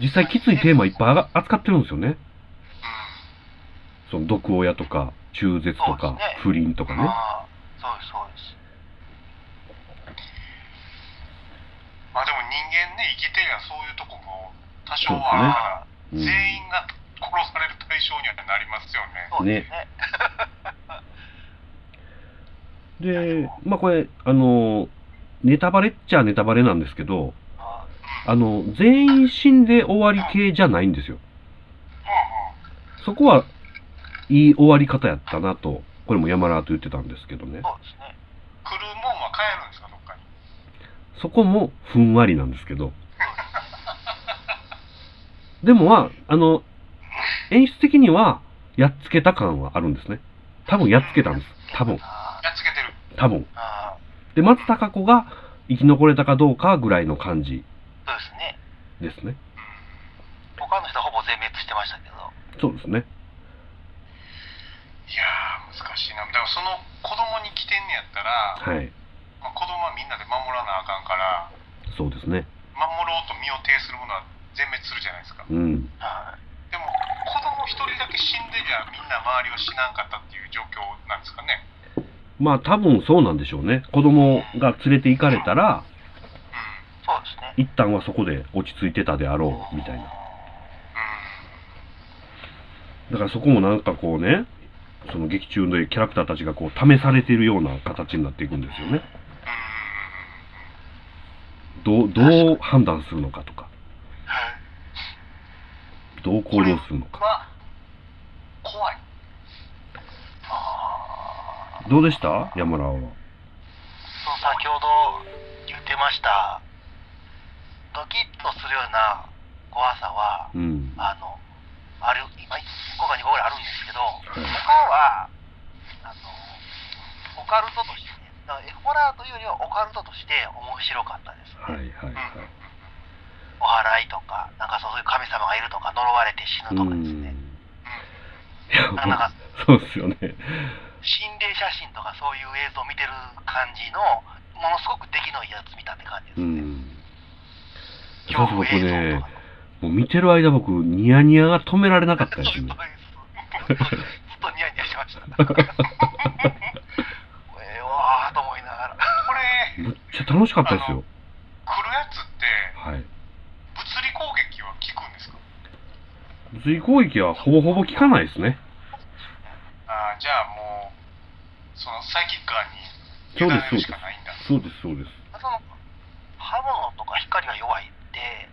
Speaker 1: 実際きついテーマいっぱい扱ってるんですよね
Speaker 3: う
Speaker 1: その毒親とか中絶と
Speaker 2: そう
Speaker 1: か
Speaker 2: ですね
Speaker 1: 不倫とかね
Speaker 2: ああ、そうです、そうです。
Speaker 3: ん。まあでも人間ね、生きてりゃそういうとこも多少
Speaker 2: あ
Speaker 3: はあるから、
Speaker 1: うん
Speaker 3: 全員が殺される対象にはなりますよね
Speaker 2: あ、。そうですね。
Speaker 1: でまあこれあのネタバレっちゃネタバレなんですけど
Speaker 2: あ
Speaker 1: あの全員死んで終わり系じゃないんですよ
Speaker 3: うんうん
Speaker 1: そこはいい終わり方やったなとこれも山田と言ってたんですけどね
Speaker 2: あ、そうですね。
Speaker 3: 来るもんは帰るんですか、どっかに。
Speaker 1: そこもふんわりなんですけどでもまああの演出的にはやっつけた感はあるんですね多分やっつけたんです多分
Speaker 2: あ
Speaker 3: やっつけてる。
Speaker 1: 多分
Speaker 2: あああ、
Speaker 1: で松たか子が生き残れたかどうかぐらいの感じ
Speaker 2: そうで
Speaker 1: です
Speaker 2: すね。
Speaker 1: ね
Speaker 2: 他の人はほぼ全滅してましたけど。
Speaker 1: そうですね
Speaker 3: いやー、難しいな。だからその子供に来てんねやったら、
Speaker 1: はい
Speaker 3: まあ、子供はみんなで守らなあかんから、
Speaker 1: そうですね
Speaker 3: 守ろうと身を挺するものは全滅するじゃないですか。
Speaker 1: うん
Speaker 2: はい。
Speaker 3: でも子供一人だけ死んでりゃみんな周りを死なんかったっていう状況なんですかね。
Speaker 1: まあ多分そうなんでしょうね子供が連れて行かれたら
Speaker 3: うん。
Speaker 2: そうで
Speaker 1: 一
Speaker 2: すね。
Speaker 1: 旦はそこで落ち着いてたであろうみたいなだ
Speaker 3: う
Speaker 1: からそこもなんかこうねその劇中のキャラクターたちがこう試されているような形になっていくんですよね
Speaker 3: ん。うん。
Speaker 1: どうどう判断するのかとか
Speaker 2: はい。
Speaker 1: どう行動するのか
Speaker 3: は怖い。
Speaker 2: ああ、
Speaker 1: どうでした山田は
Speaker 2: そう、先ほど言ってました。ドキッとするような怖さは、
Speaker 1: うん
Speaker 2: あの、ある、今、1個か2個ぐらいあるんですけど、
Speaker 1: い
Speaker 2: ここは、あの、オカルトとしてね、だからホラーというよりはオカルトとして面白かったです
Speaker 1: はい
Speaker 2: ね。
Speaker 1: はいはい
Speaker 2: お祓いとか、なんかそういう神様がいるとか、呪われて死ぬとかですね。
Speaker 1: いや、
Speaker 2: なかなか
Speaker 1: そうですよね。
Speaker 2: 心霊写真とかそういう映像を見てる感じの、ものすごく出来のいいやつ見たって感じです
Speaker 1: う
Speaker 2: ね。
Speaker 1: ん。
Speaker 2: 恐
Speaker 1: そう
Speaker 2: 怖
Speaker 1: 僕
Speaker 2: 映像
Speaker 1: ね
Speaker 2: とか、
Speaker 1: もう見てる間僕、ニヤニヤが止められなかったです
Speaker 2: ずっ
Speaker 1: ね
Speaker 2: と。ずっとニヤニヤしてました。 ええわーと思いながら。
Speaker 3: これ
Speaker 1: むっちゃ楽しかったですよ。
Speaker 3: 来るやつって
Speaker 1: はい。
Speaker 3: 物理攻撃は効くんですか
Speaker 1: 物理攻撃はほぼほぼ効かないですね。
Speaker 3: あーじゃあもうそのサイキッカーに委
Speaker 1: そうで
Speaker 3: ね
Speaker 1: す
Speaker 3: るしかないんだ
Speaker 1: そうです、そうです。
Speaker 2: その刃物とか光が弱いって、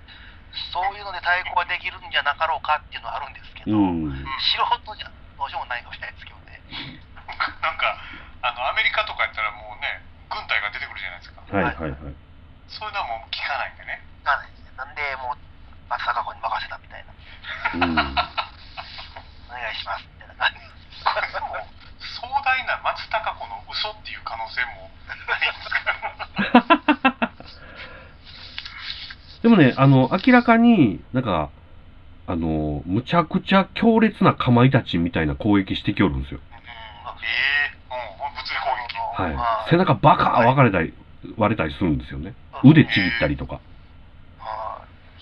Speaker 2: そういうので対抗はできるんじゃなかろうかっていうのはあるんですけ
Speaker 1: う
Speaker 2: ど、
Speaker 1: ん。
Speaker 2: 素人じゃどうしようもないかもしれないですけどね。
Speaker 3: なんかあのアメリカとかやったらもうね軍隊が出てくるじゃないですか
Speaker 1: はいはいはい。
Speaker 3: そういうのはもう効かないんでね
Speaker 2: なないですね。なんでもう松坂子に任せたみたいな。
Speaker 1: うん。
Speaker 2: お願いしますみたいな感じ。
Speaker 3: これでも壮大な町松たか子の嘘っていう可能性もないですから
Speaker 1: でもね、あの、明らかになんか、あの、むちゃくちゃ強烈なかまいたちみたいな攻撃してきおるんですよ。
Speaker 3: うんええうん、物理攻撃
Speaker 1: はい
Speaker 2: あ。ー
Speaker 1: 背中バカー分かれたり、割れたりするんですよね。腕ちぎったりとか。
Speaker 2: はい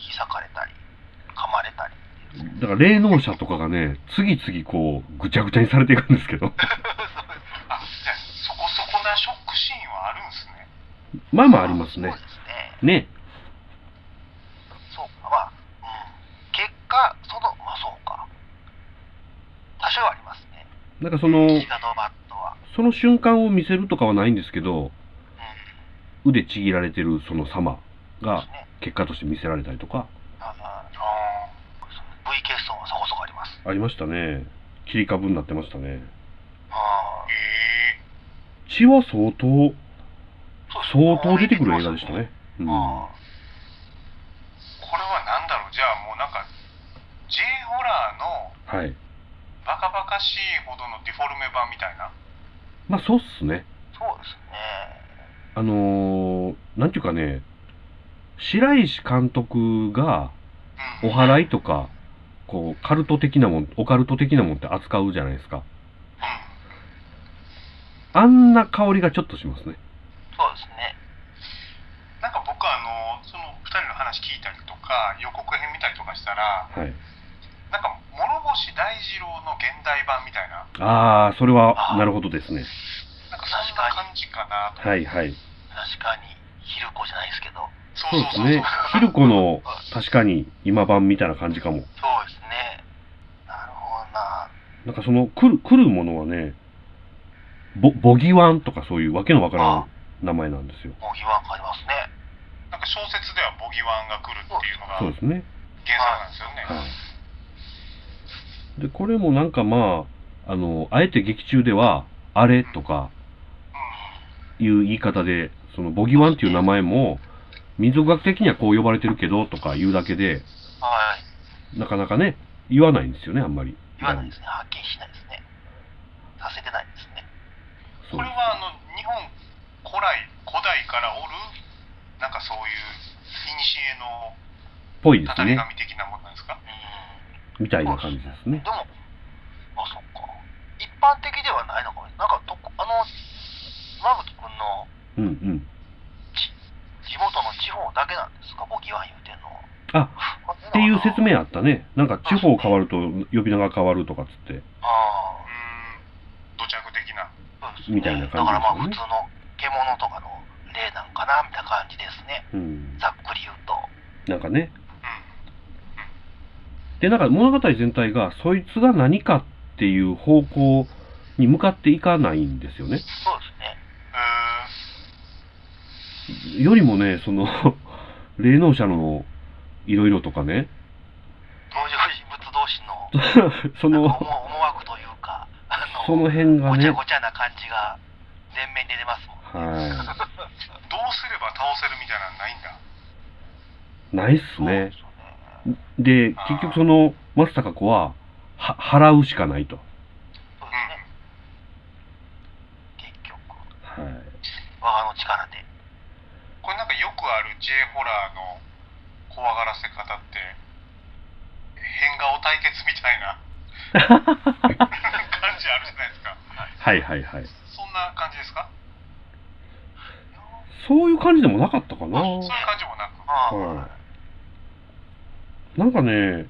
Speaker 2: 引き裂かれたり噛まれたり
Speaker 1: だから霊能者とかがね、次々こう、ぐちゃぐちゃにされていくんですけど。
Speaker 3: あじゃあそこそこなショックシーンはあるんですね
Speaker 1: まあまあありますね
Speaker 2: そう。ですね
Speaker 1: ね。
Speaker 2: そうか、まあ、うん、結果、その、まあそうか。多少はありますね。
Speaker 1: なんかその、
Speaker 2: キーガドバットは。
Speaker 1: その瞬間を見せるとかはないんですけど、
Speaker 2: うん。
Speaker 1: 腕ちぎられてるその様
Speaker 2: そうで
Speaker 1: が
Speaker 2: すね。
Speaker 1: 結果として見せられたりとか、
Speaker 2: ああ
Speaker 3: あ
Speaker 2: そう V 欠損はそこそこあります。
Speaker 1: ありましたね。切り株になってましたね。
Speaker 2: あ
Speaker 3: あええ
Speaker 1: 血は相当、
Speaker 2: そうですね
Speaker 1: 相当出てくる映画でしたね。うん。
Speaker 2: あ
Speaker 3: これは何だろうじゃあもうなんか J ホラーの
Speaker 1: はい。
Speaker 3: バカバカしいほどのディフォルメ版みたいな
Speaker 1: まあそうっすね。
Speaker 2: そうですね。
Speaker 1: あのー、なんていうかね、白石監督が
Speaker 3: うん
Speaker 1: お祓いとか、こう、カルト的なもん、オカルト的なもんって扱うじゃないですか。
Speaker 3: う
Speaker 1: あんな香りがちょっとしますね。
Speaker 2: そうですね。
Speaker 3: んなんか僕はあのその2人の話聞いたりとか予告編見たりとかしたら
Speaker 1: はい。
Speaker 3: なんか諸星大二郎の現代版みたいな
Speaker 1: ああ、それは、なるほどですね。
Speaker 3: なんかそんな感じかなと
Speaker 1: はいはい。
Speaker 2: 確かに、ヒルコじゃないですけど。
Speaker 3: そ
Speaker 1: そうですね。ヒルコの、確かに今版みたいな感じかも。
Speaker 2: そうですね。なるほどな。
Speaker 1: なんかその、来る、来るものはね、ボ、ボギワンとかそういうわけのわからん名前なんですよ。
Speaker 2: もう疑惑ありますね。
Speaker 3: なんか小説ではボギワンが来るっていうのが
Speaker 1: そうですね。
Speaker 3: 原作なんですよね。
Speaker 1: はい。で、これもなんかまあ、あの、あえて劇中では、あれとかいう言い方で、そのボギワンっていう名前も、民族学的にはこう呼ばれてるけどとか言うだけで、
Speaker 2: はい。
Speaker 1: なかなかね、言わないんですよね、あんまり。
Speaker 2: 言わないですね。発見しないですね。させてないですね。
Speaker 1: そう
Speaker 3: これはあの日本古来古代からおるなんかそういう古の
Speaker 1: ぽいで
Speaker 3: た
Speaker 1: す
Speaker 3: たり
Speaker 1: ね。
Speaker 3: 神的なものなんですか、
Speaker 2: うん。
Speaker 1: みたいな感じですね
Speaker 2: で。も、あ、そっか。一般的ではないのかも。なんかどこ、あの、馬吹君の
Speaker 1: うんうん。
Speaker 2: 地元の地方だけなんですか、ボギワン言うてんのは。
Speaker 1: あ、っ
Speaker 2: あ
Speaker 1: ていう説。明あったね。なんか地方変わると呼び名が変わるとかっつって。
Speaker 2: あ
Speaker 3: うーん土着的な
Speaker 2: あ、そうで
Speaker 1: み
Speaker 2: すね
Speaker 1: たいな感じですよね
Speaker 2: だからまあ、普通の獣とかの例なんかな、みたいな感じですね。
Speaker 1: うん。
Speaker 2: ざっくり言うと。
Speaker 1: なんかね。
Speaker 3: う
Speaker 1: で、なんか物語全体が、そいつが何かっていう方向に向かっていかないんですよね。
Speaker 2: そうですね。
Speaker 3: んえー
Speaker 1: よりもね、その、 霊能者のいろいろとかね、
Speaker 2: 登場人物同士の
Speaker 1: そ
Speaker 2: なん
Speaker 1: の
Speaker 2: か、思思惑というか、あの、
Speaker 1: その辺が
Speaker 2: ごちゃ
Speaker 1: ね、
Speaker 2: ごちゃな感じが全面に出てますもん。
Speaker 1: は
Speaker 3: どうすれば倒せるみたいなのない
Speaker 1: い。な
Speaker 3: んだ
Speaker 1: いっす
Speaker 2: そうで
Speaker 1: ね
Speaker 2: す。よね。
Speaker 1: で、結局その、松たか子は、は、払うしかないと。
Speaker 2: そう
Speaker 3: う
Speaker 2: です
Speaker 3: ん。
Speaker 2: ね結
Speaker 1: は
Speaker 2: 局
Speaker 1: い。
Speaker 2: 我がの力で
Speaker 3: これなんかよくある J ホラーの怖がらせ方って変顔対決みたいな 感じあるじゃないですか
Speaker 1: はいはいはい。
Speaker 3: そんな感じですか
Speaker 1: そういう感じでもなかったかな。
Speaker 3: そういう感じもなく
Speaker 2: ああ、
Speaker 1: はなんかね、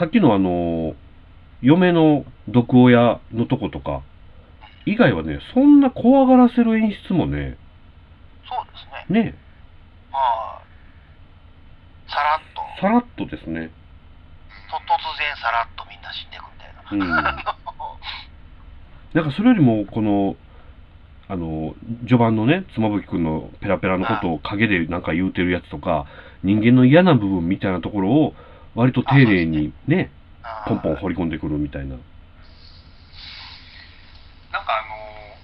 Speaker 1: さっきのあの、嫁の毒親のとことか、以外はね、そんな怖がらせる演出もね、
Speaker 2: そうですね
Speaker 1: ね、
Speaker 2: まあさらっと
Speaker 1: さらっとですね。
Speaker 2: と突然さらっとみんな死んでいくみたいな、
Speaker 1: うん。なんかそれよりも、この、あの、序盤のね、妻夫木くんのペラペラのことを陰でなんか言うてるやつとか、人間の嫌な部分みたいなところを、割と丁寧にね、
Speaker 2: ああ
Speaker 1: ポンポン掘り込んでくるみたいな。
Speaker 3: なんかあの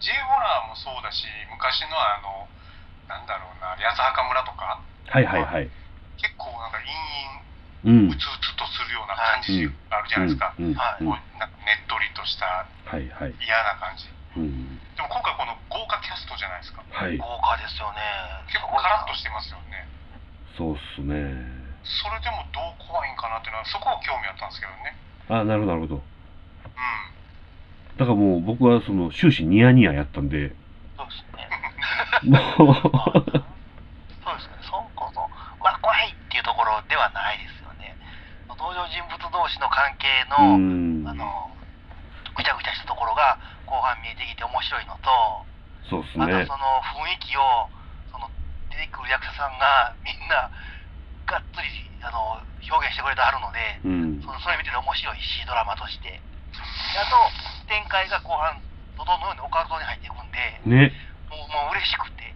Speaker 3: J ホラーもそうだし昔のあのなんだろうな八つ墓村とか
Speaker 1: はいはいはい。
Speaker 3: 結構なんか陰
Speaker 1: うん
Speaker 3: 々う。つうつとするような感じあるじゃないですか、
Speaker 1: うんうん
Speaker 2: はい
Speaker 1: うん
Speaker 3: こうなんかネッっとりとした
Speaker 1: はいはい。
Speaker 3: 嫌な感じ
Speaker 1: うん。
Speaker 3: でも今回この豪華キャストじゃないですか
Speaker 1: はい。
Speaker 2: 豪華ですよね
Speaker 3: 結構カラッとしてますよね
Speaker 1: そうっすね。
Speaker 3: それでもどう怖いんかなっていうのはそこは興味あったんですけどね
Speaker 1: あ、なるほど、なるほど。
Speaker 3: うん
Speaker 1: だからもう僕はその終始ニヤニヤやったん で、
Speaker 2: そうですね
Speaker 1: も
Speaker 2: そうですね、そんこそ、まあ、怖いっていうところではないですよね。登場人物同士の関係
Speaker 1: う、う
Speaker 2: の、
Speaker 1: ん。
Speaker 2: あの、ぐちゃぐちゃしたところが後半見えてきて面白いのと、
Speaker 1: そうっす
Speaker 2: また
Speaker 1: ね
Speaker 2: そ。の雰囲気を、その出てくる役者さんがみんながっつりあの表現してくれてあるので、
Speaker 1: うん
Speaker 2: そ。のそれ見てて面白いし、ドラマとして。であと、展開が後半、どんどんどんどんオカルトに入っていくんで、
Speaker 1: ね。
Speaker 2: もうもう嬉しくて。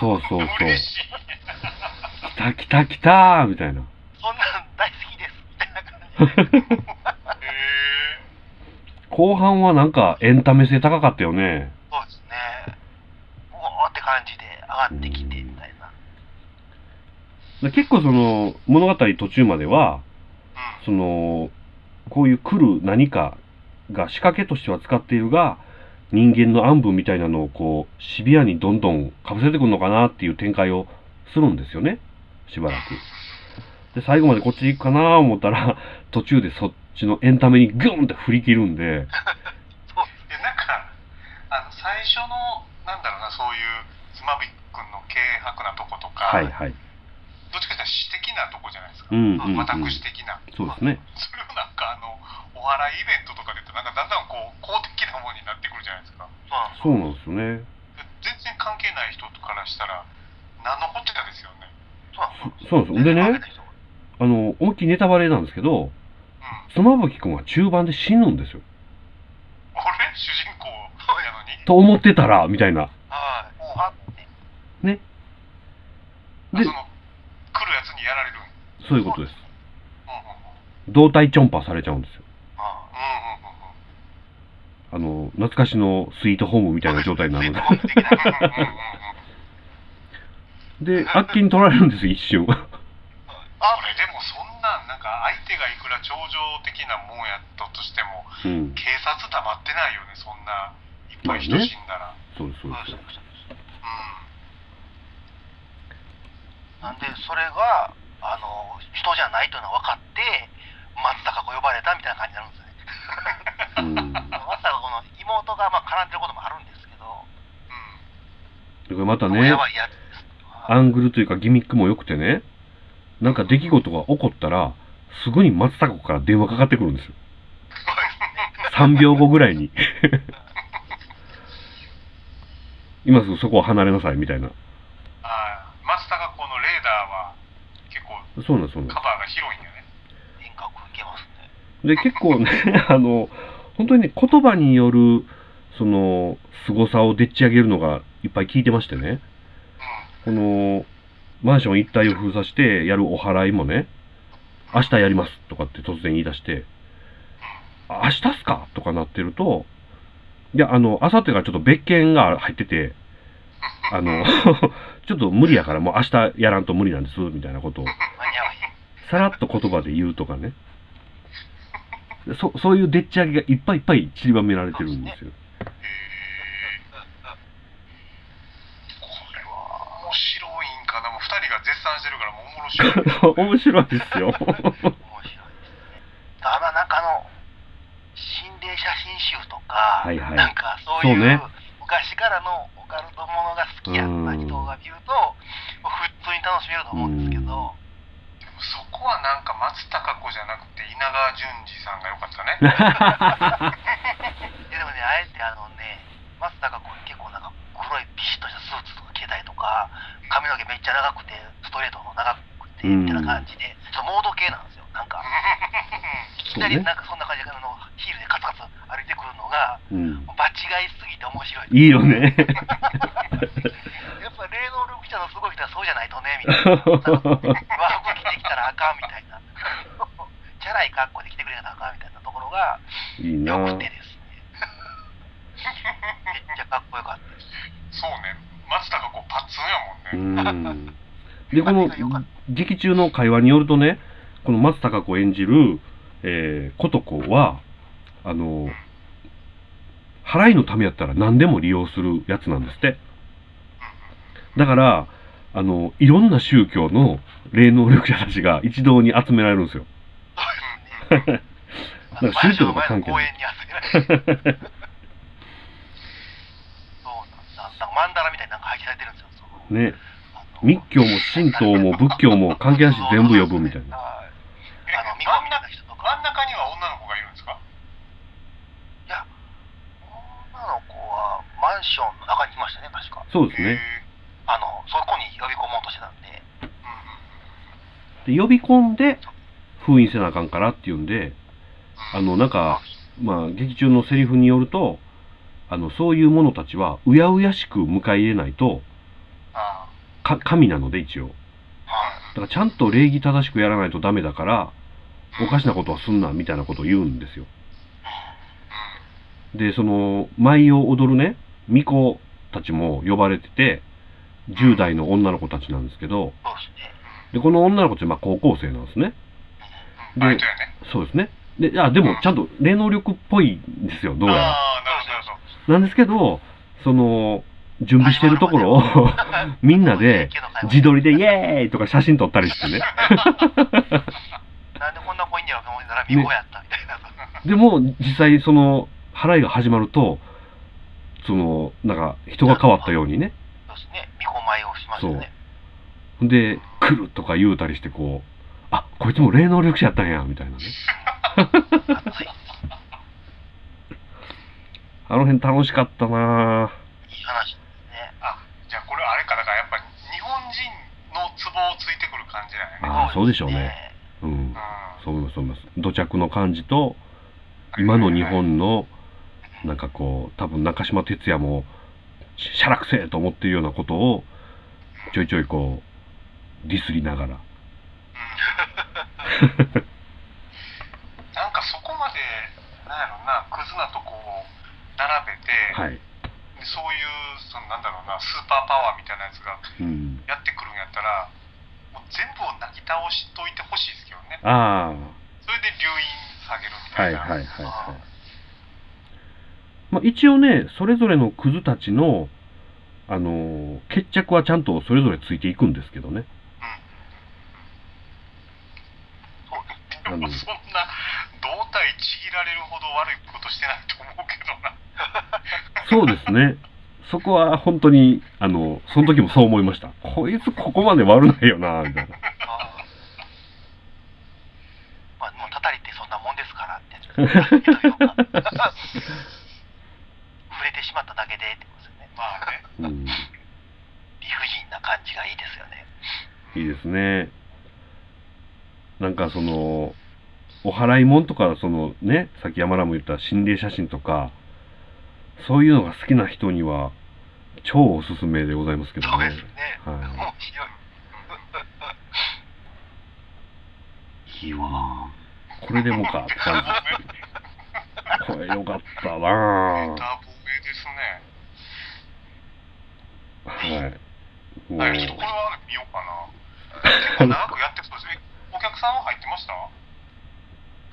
Speaker 1: そうそうそう。
Speaker 3: 嬉しい
Speaker 1: 来た来た来たーみたいな。
Speaker 2: そんなん大好きですみたいな感じで
Speaker 3: へえ
Speaker 1: 後半はなんかエンタメ性高かったよね。
Speaker 2: そうですねうおーって感じで上がってきてみたいな
Speaker 1: で結構その物語途中までは、
Speaker 3: う
Speaker 1: その、こういう来る何かが仕掛けとしては使っているが、人間の暗部みたいなのをこう、シビアにどんどんかぶせてくるのかなっていう展開をするんですよね。しばらく。で、最後までこっち行くかなと思ったら、途中でそっちのエンタメにグーンって振り切るんで、
Speaker 2: そうで
Speaker 3: んで
Speaker 2: す
Speaker 3: なんかあの最初のなんだろうなそういうつまびっくんの軽薄なとことか、
Speaker 1: はいはい。
Speaker 3: どっちかというと私的なとこじゃないですか、
Speaker 1: うんうんうん
Speaker 3: 私的な
Speaker 1: そうですね。
Speaker 3: それをなんかあのお笑いイベントとかで言うとなんかだんだんこう公的なものになってくるじゃないですか
Speaker 2: そうなんです
Speaker 1: そうなんですよね。
Speaker 3: で全然関係ない人からしたら何のこっちゃですよね
Speaker 2: そうなんで
Speaker 1: そうな
Speaker 2: す
Speaker 1: んですよ。でね、あの、思いっきりネタバレなんですけど、
Speaker 3: うん
Speaker 1: 妻夫木くんは中盤で死ぬんですよ。
Speaker 3: あれ主人公やのに
Speaker 1: と思ってたら、みたいな。
Speaker 2: はいあって
Speaker 1: で
Speaker 3: そ、の来るやつにやられる
Speaker 1: そういうことです。
Speaker 3: うんうんうん
Speaker 1: 胴体チョンパされちゃうんですよ。
Speaker 2: あ
Speaker 3: うんうんうんう
Speaker 1: あの、
Speaker 3: ん
Speaker 1: 懐かしのスイートホームみたいな状態になる の
Speaker 2: そうですね
Speaker 3: うんうんうんう
Speaker 1: で。
Speaker 3: ん
Speaker 1: で、あっけに取られるんですよ、一瞬。
Speaker 3: あれでもそんなんなんか相手がいくら頂上的なもんやったとしても
Speaker 1: うん。
Speaker 3: 警察黙ってないよねそんないっぱい人死んだら、
Speaker 1: そうです、そう
Speaker 2: そ
Speaker 1: で
Speaker 2: うです
Speaker 1: す
Speaker 2: そう。ですなんでそれがあの人じゃないというのが分かって松たか子呼ばれたみたいな感じになるんで
Speaker 1: うん。だ
Speaker 2: すよね
Speaker 1: か
Speaker 2: 松たか子の妹がまあ絡んでることもあるんですけ
Speaker 1: ら
Speaker 3: う
Speaker 2: ど、
Speaker 1: また
Speaker 2: もう
Speaker 1: ね
Speaker 2: や、ばいやつです
Speaker 1: アングルというかギミックも良くてね、なんか出来事が起こったら、すぐに松たか子から電話かかってくるんですよ。3秒後ぐらいに。今すぐそこを離れなさい、みたいな。
Speaker 3: ん、あー松たか子のレーダーは結構
Speaker 1: そうなんです、そうなんです
Speaker 3: カバーが広いんやね
Speaker 2: 遠隔いけますね
Speaker 1: で結構ね あの本当にね言葉によるその凄さをでっち上げるのがいっぱい聞いてましてねこのマンション一帯を封鎖してやるお祓いもね明日やりますとかって突然言い出してあ明日っすかとかなってるといやあの明後日がちょっと別件が入っててあの ちょっと無理やからもう明日やらんと無理なんですみたいなことを
Speaker 2: 間に合わへん
Speaker 1: さらっと言葉で言うとかね。そそういうでっち上げがいっぱいいっぱい散りばめられてるん ですよ。
Speaker 3: うんへえこれは面白いんかなもう2人が絶賛してるからもうおもろしい
Speaker 1: 面白いです よ。
Speaker 2: 面白いですね。だからなんかあの心霊写真集とか、
Speaker 1: はいはい
Speaker 2: なんかそういう
Speaker 1: そうね
Speaker 2: 昔からのオカルトものが好きやった人が見ると、普通に楽しめると思うんですけど、
Speaker 3: でもそこはなんか松たか子じゃなくて稲川淳二さんが良かったね
Speaker 2: いやでもねあえてあのね松坂君結構なんか黒いピシッとしたスーツとか着てたりとか髪の毛めっちゃ長くてストレートの長くてみたいな感じで、ちょっとモード系なんですよなんかいきなり
Speaker 1: そうね
Speaker 2: なんかそんな感じであのヒールでカツカツ歩いてくるのが。
Speaker 1: うん、
Speaker 2: 場違いすぎて面白い。
Speaker 1: いいよね。
Speaker 2: やっぱ霊能力者のすごい人はそうじゃないとね、みたいな。和服着てきたらあかんみたいな。 チャラい格好で来てくれなあかんみたいなところが
Speaker 1: いい
Speaker 2: 良
Speaker 1: な
Speaker 2: くて。ですね。めっちゃかっこよか ったです。
Speaker 3: そうね松たか子パッツンやもんね
Speaker 1: うん。でこの劇中の会話によるとね、この松たか子演じる、えー、琴子はあの払いのためやったら何でも利用するやつなんですってだからあのいろんな宗教の霊能力者たちが一堂に集められるん ですよ
Speaker 2: あの
Speaker 1: 宗教とか
Speaker 2: 前
Speaker 1: 関
Speaker 2: の
Speaker 1: 係
Speaker 2: 公
Speaker 1: ない
Speaker 2: 園に集められてそうなんだなんか曼荼羅みたいになんか廃棄されてるんですよその
Speaker 1: ね
Speaker 2: あの
Speaker 1: 密教も神道も仏教も関係なし全部呼ぶみたいな
Speaker 2: はい
Speaker 3: え
Speaker 2: あの
Speaker 3: 真
Speaker 2: 巫
Speaker 3: ん
Speaker 2: 女みた
Speaker 3: 中
Speaker 2: いな人とか
Speaker 3: 真ん中には女の子がいるんですか
Speaker 2: 女の子はマンションの中にいましたね確か
Speaker 1: そうです
Speaker 3: へ
Speaker 1: ね
Speaker 2: あのそこに呼び込もうとしてたん で
Speaker 3: ーうんうん
Speaker 1: で呼び込んで封印せなあかんからっていうんであのなんかまあ劇中のセリフによるとあのそういう者たちはうやうやしく迎え入れないと
Speaker 3: あ
Speaker 1: か神なので一応
Speaker 2: はい
Speaker 1: だからちゃんと礼儀正しくやらないとダメだからおかしなことはすんなみたいなことを言うんですよ
Speaker 3: う
Speaker 1: でその舞を踊るね巫女たちも呼ばれてて10代の女の子たちなんですけど
Speaker 2: そうですね
Speaker 1: でこの女の子ってまあ高校生なんですね
Speaker 3: ん
Speaker 1: で
Speaker 3: バイトやね
Speaker 1: そうですねであでもちゃんと霊能力っぽいんですよどうやら
Speaker 3: ああなるほどなるほど
Speaker 1: なんですけどその準備してるところを みんなで自撮りでイエーイとか写真撮ったりしてね
Speaker 2: なんでこんな子いんねやろと思いながら見やったみたいな、
Speaker 1: でも実際その払いが始まるとそのなんか人が変わったようにね
Speaker 2: そうですね見込まいをしましたね
Speaker 1: で「来る」とか言うたりしてこう「あこいつも霊能力者やったんや」みたい なね
Speaker 2: 熱い
Speaker 1: あの辺楽しかったなぁ
Speaker 2: いい話ですね
Speaker 3: じゃあこれあれかだからやっぱり日本人のツボをついてくる感じだよね
Speaker 1: あーそうでしょうねうん
Speaker 3: う
Speaker 1: そう思いますそう思います土着の感じと今の日
Speaker 3: うん
Speaker 1: 本のなんかこう多分中島哲也もししゃらくせえと思ってるようなことをちょいちょいこうディスりながら
Speaker 3: なんかそこまでなんやろなクズなとこを並べて、
Speaker 1: はい、
Speaker 3: でそういうそのなんだろうなスーパーパワーみたいなやつが
Speaker 1: うん、
Speaker 3: やってくるんやったらもう全部をなぎ倒しといてほしいですけどね
Speaker 1: あ
Speaker 3: それで留飲下げるみ
Speaker 1: あは
Speaker 3: た
Speaker 1: いはい
Speaker 3: いな、
Speaker 1: はいはい、まあ、一応ねそれぞれのクズたちのあのー決着はちゃんとそれぞれついていくんですけどね
Speaker 3: でもそんな胴体ちぎられるほど悪いことしてないと思うけど
Speaker 1: そうで
Speaker 3: な
Speaker 1: すねそこは本当にあのその時もそう思いましたこいつここまで悪ないよなみたいな
Speaker 2: あーまあもうたたりってそんなもんですからって 触れてしまっただけでってことですよね
Speaker 3: まあ
Speaker 1: う
Speaker 3: ね
Speaker 1: ん
Speaker 2: 理不尽な感じがいいですよね
Speaker 1: いいですね。なんかその、お祓い物とか、そのね、さっき山田も言った心霊写真とか、そういうのが好きな人には、超おすすめでございますけど
Speaker 2: そう
Speaker 1: ね。
Speaker 2: ですね、
Speaker 1: はい
Speaker 2: 面白い
Speaker 1: いいわ。これでもかって感じですけど。これよかったなぁ。
Speaker 3: ダボめです
Speaker 1: は
Speaker 3: ね
Speaker 1: い。も
Speaker 3: はいちょっと
Speaker 1: う
Speaker 3: これは見ようかな結構長くやってそうですねお客さんは入ってました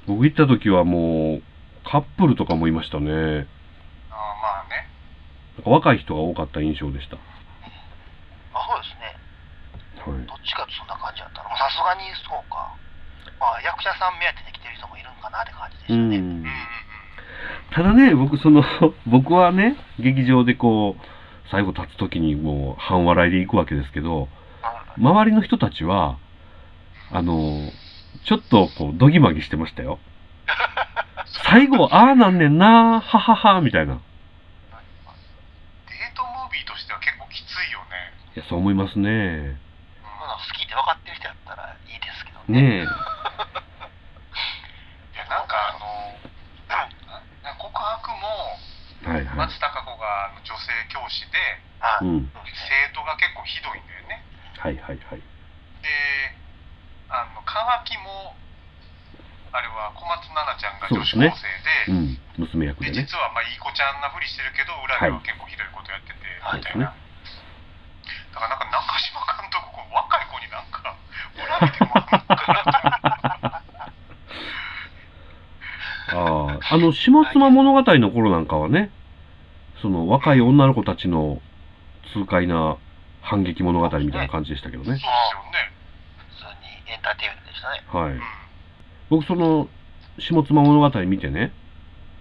Speaker 1: 僕行った時はもう、カップルとかもいましたね。なん
Speaker 3: ああまあね
Speaker 1: か若い人が多かった印象でした。
Speaker 2: あそうです
Speaker 1: は
Speaker 2: ね
Speaker 1: い。
Speaker 2: どっちかとそんな感じだったのまあさすがにそうかまあ役者さん目当てで来てる人もいるんかなって感じ
Speaker 1: う
Speaker 2: でしたね、
Speaker 1: ん
Speaker 3: うんうんうん。
Speaker 1: ただね、僕、その、 僕はね、劇場でこう、最後立つ時にもう半笑いで行くわけですけど、
Speaker 2: はい
Speaker 1: 周りの人たちは、あの、ちょっとこう、どぎまぎしてましたよ。最後、ああなんねんな、ははは、みたいな。い
Speaker 3: デートムービーとしては結構きついよね
Speaker 1: や、そう思いますね。
Speaker 2: まあ好きって分かってる人やったらいいですけどね
Speaker 1: ね
Speaker 3: いやなんかあのなな告白も
Speaker 1: え。はいはい
Speaker 3: 松。たか子があの女性教師で
Speaker 2: は
Speaker 1: う
Speaker 2: い、
Speaker 1: ん。
Speaker 2: そうですね
Speaker 3: 生徒が結構ひどいんだよね
Speaker 1: はいはいはい。
Speaker 3: であの乾きもあれは小松菜奈ちゃんが女子
Speaker 1: うん。
Speaker 3: 高生で
Speaker 1: 娘役
Speaker 3: で
Speaker 1: でね。
Speaker 3: 実はまあいい子ちゃんなふりしてるけど裏では結構ひどいことやってて
Speaker 2: はい
Speaker 3: みたいな、だからなんか中島監督こう若い子になんか裏見てもらうのかなと思って
Speaker 1: ああ、はい、あの下妻物語の頃なんかはねその若い女の子たちの痛快な反撃物語みたいな感じでしたけど
Speaker 3: そうで
Speaker 1: ね
Speaker 3: す、よね。
Speaker 2: 普通にエンターテイメントでしたね。
Speaker 1: は
Speaker 3: う
Speaker 1: い
Speaker 3: ん、。
Speaker 1: 僕その下妻物語見てね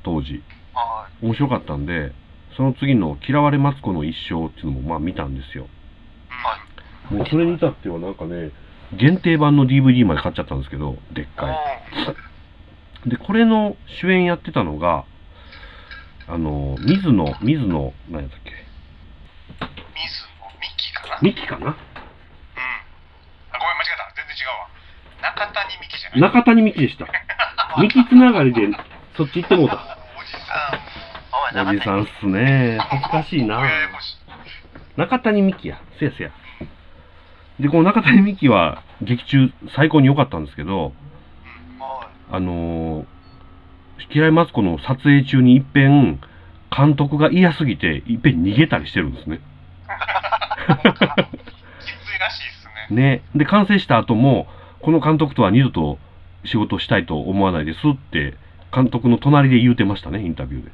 Speaker 1: 当時
Speaker 2: はい。
Speaker 1: 面白かったんでその次の「嫌われマツコの一生」っていうのもまあ見たんですよ
Speaker 2: はい
Speaker 1: もうそれに至ってはなんかね限定版の DVD まで買っちゃったんですけどでっかい
Speaker 3: い。
Speaker 1: でこれの主演やってたのがあの水野水野何やったっけ
Speaker 3: 水野美紀かな。うん。
Speaker 1: ミキかな
Speaker 3: あ、ごめん、間違えた。全然違うわ。中谷美紀じゃない。
Speaker 1: 中谷ミキ でしたミキつながりでそっち行ってもうた
Speaker 3: おじさん。
Speaker 2: お前、
Speaker 1: お
Speaker 2: 中
Speaker 1: じさんっすね懐かしいな
Speaker 3: ややこしい。
Speaker 1: 中谷美紀やせやせやでこの中谷美紀は劇中最高に良かったんですけど
Speaker 2: 身はい。
Speaker 1: あのー「嫌いマツコ」の撮影中にいっぺん監督が嫌すぎていっぺん逃げたりしてるんですね
Speaker 3: きついらしいですね。
Speaker 1: ねで完成した後もこの監督とは二度と仕事したいと思わないですって監督の隣で言うてましたねインタビューで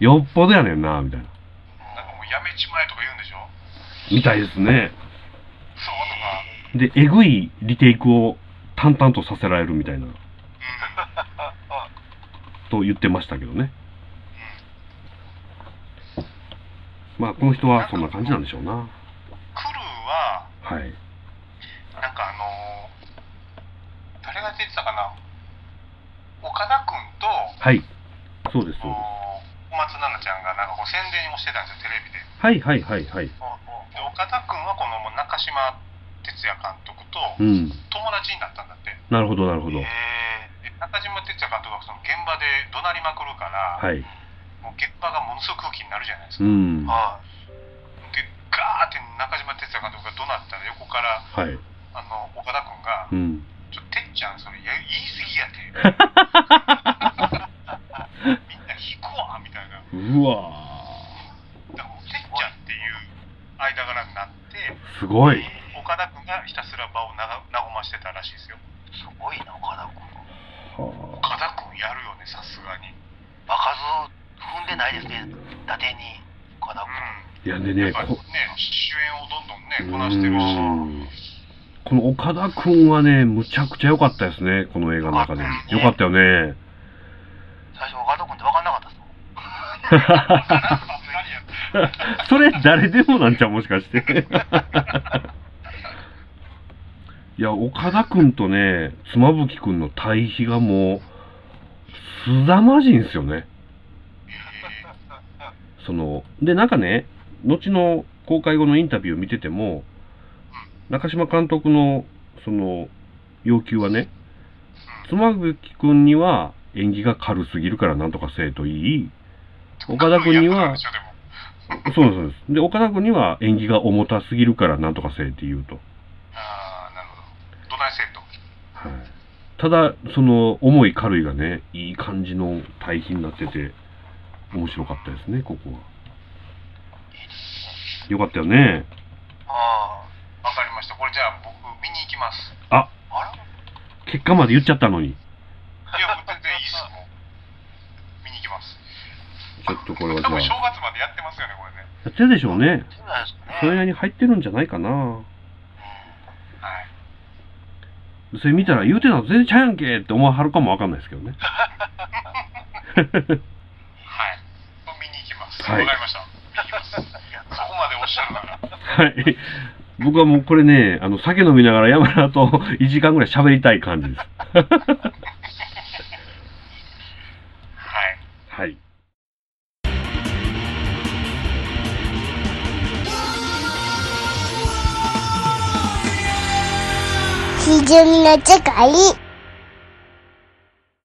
Speaker 1: よっぽどやねんなみたいな
Speaker 3: なんかもうやめちまえとか言うんでしょ。
Speaker 1: みたいですね
Speaker 3: そうとか。
Speaker 1: でえぐいリテイクを淡々とさせられるみたいな
Speaker 3: うん。
Speaker 1: と言ってましたけどねまあこの人はそんな感じなんでしょうな
Speaker 3: クルーは。
Speaker 1: はい
Speaker 3: なんかあのー誰が出てたかな岡田君と
Speaker 1: はいそうですそうです
Speaker 3: お小松菜奈ちゃんがなんかこう宣伝をしてたんですよテレビで
Speaker 1: はいはいはいはい
Speaker 3: で岡田君はこのもう中島哲也監督と
Speaker 1: うん
Speaker 3: 友達になったんだって、
Speaker 1: なるほどなるほど
Speaker 2: え
Speaker 3: で中島哲也監督はその現場で怒鳴りまくるから、
Speaker 1: はい
Speaker 3: もう現場がものすごい空気になるじゃないです
Speaker 1: う
Speaker 3: か、
Speaker 1: ん
Speaker 2: ー、
Speaker 1: は
Speaker 2: は
Speaker 3: でガーって中島哲也監督が怒鳴ったら横から
Speaker 1: い
Speaker 3: あの岡田君が
Speaker 1: うん
Speaker 3: ちょてっちゃんそれや言い過ぎやてみんな引くわみたいなだか
Speaker 1: うわ
Speaker 3: らもうてっちゃんっていう間柄になって
Speaker 1: ーすごい
Speaker 3: 岡田君がひたすら場をなが和ましてたらしいですよ
Speaker 2: い。すごいな、岡田君。
Speaker 1: は
Speaker 3: 岡田君やるよねさすがにう
Speaker 2: 場数踏んでないですね、伊達に。岡田
Speaker 1: い
Speaker 3: ん
Speaker 2: 君。
Speaker 1: やでね
Speaker 3: やっぱり
Speaker 1: こ
Speaker 3: ね主演をどんど
Speaker 1: う
Speaker 3: んねこなしてるし
Speaker 1: んこの岡田君はねむちゃくちゃ良かったですねこの映画の中で
Speaker 2: 良かったです
Speaker 1: 良
Speaker 2: ね
Speaker 1: かったよね
Speaker 2: 最初、岡田君って分かんなかったですもん。
Speaker 3: 何やって
Speaker 1: それ誰でもなんちゃうもしかしていや岡田君とね妻夫木君の対比がもうすざまじいんですよねそのでなんかね後の公開後のインタビューを見てても中島監督のその要求はね妻夫木君には演技が軽すぎるからなんとかせえと言い岡田君には
Speaker 3: 岡田君やってたんでしょでも
Speaker 1: そうなんですそうですで岡田君には演技が重たすぎるからなんとかせえって言うと、
Speaker 3: ああなるほどどないせんと
Speaker 1: はい、ただその重い軽いがねいい感じの対比になってて面白かったですねここはよかったよね
Speaker 2: ああ。
Speaker 3: わかりましたこれじゃあ僕見に行きます
Speaker 2: あら
Speaker 1: 結果まで言っちゃったのに
Speaker 3: いや、もう全然いいです。もう見に行きます。
Speaker 1: ちょっとこれはじ
Speaker 3: 多
Speaker 1: ゃあ
Speaker 3: 分正
Speaker 1: や
Speaker 3: 月までやってますよね、これ
Speaker 1: っ
Speaker 3: ね。
Speaker 1: てるでしょうね
Speaker 2: そうなんですね。
Speaker 1: それなりに入ってるんじゃないかな
Speaker 3: はい。
Speaker 1: それ見たら言うてたの全然ちゃうやんけって思わはるかもわかんないですけどね
Speaker 3: はい。見に行きます。わ、
Speaker 1: はい
Speaker 3: かりました。見に行きます。そこまでおっしゃるなら。
Speaker 1: はい僕はもうこれねあの酒飲みながら山田と1時間ぐらい喋りたい感じです
Speaker 3: はい。
Speaker 1: はい
Speaker 4: 非常になっちゃかい。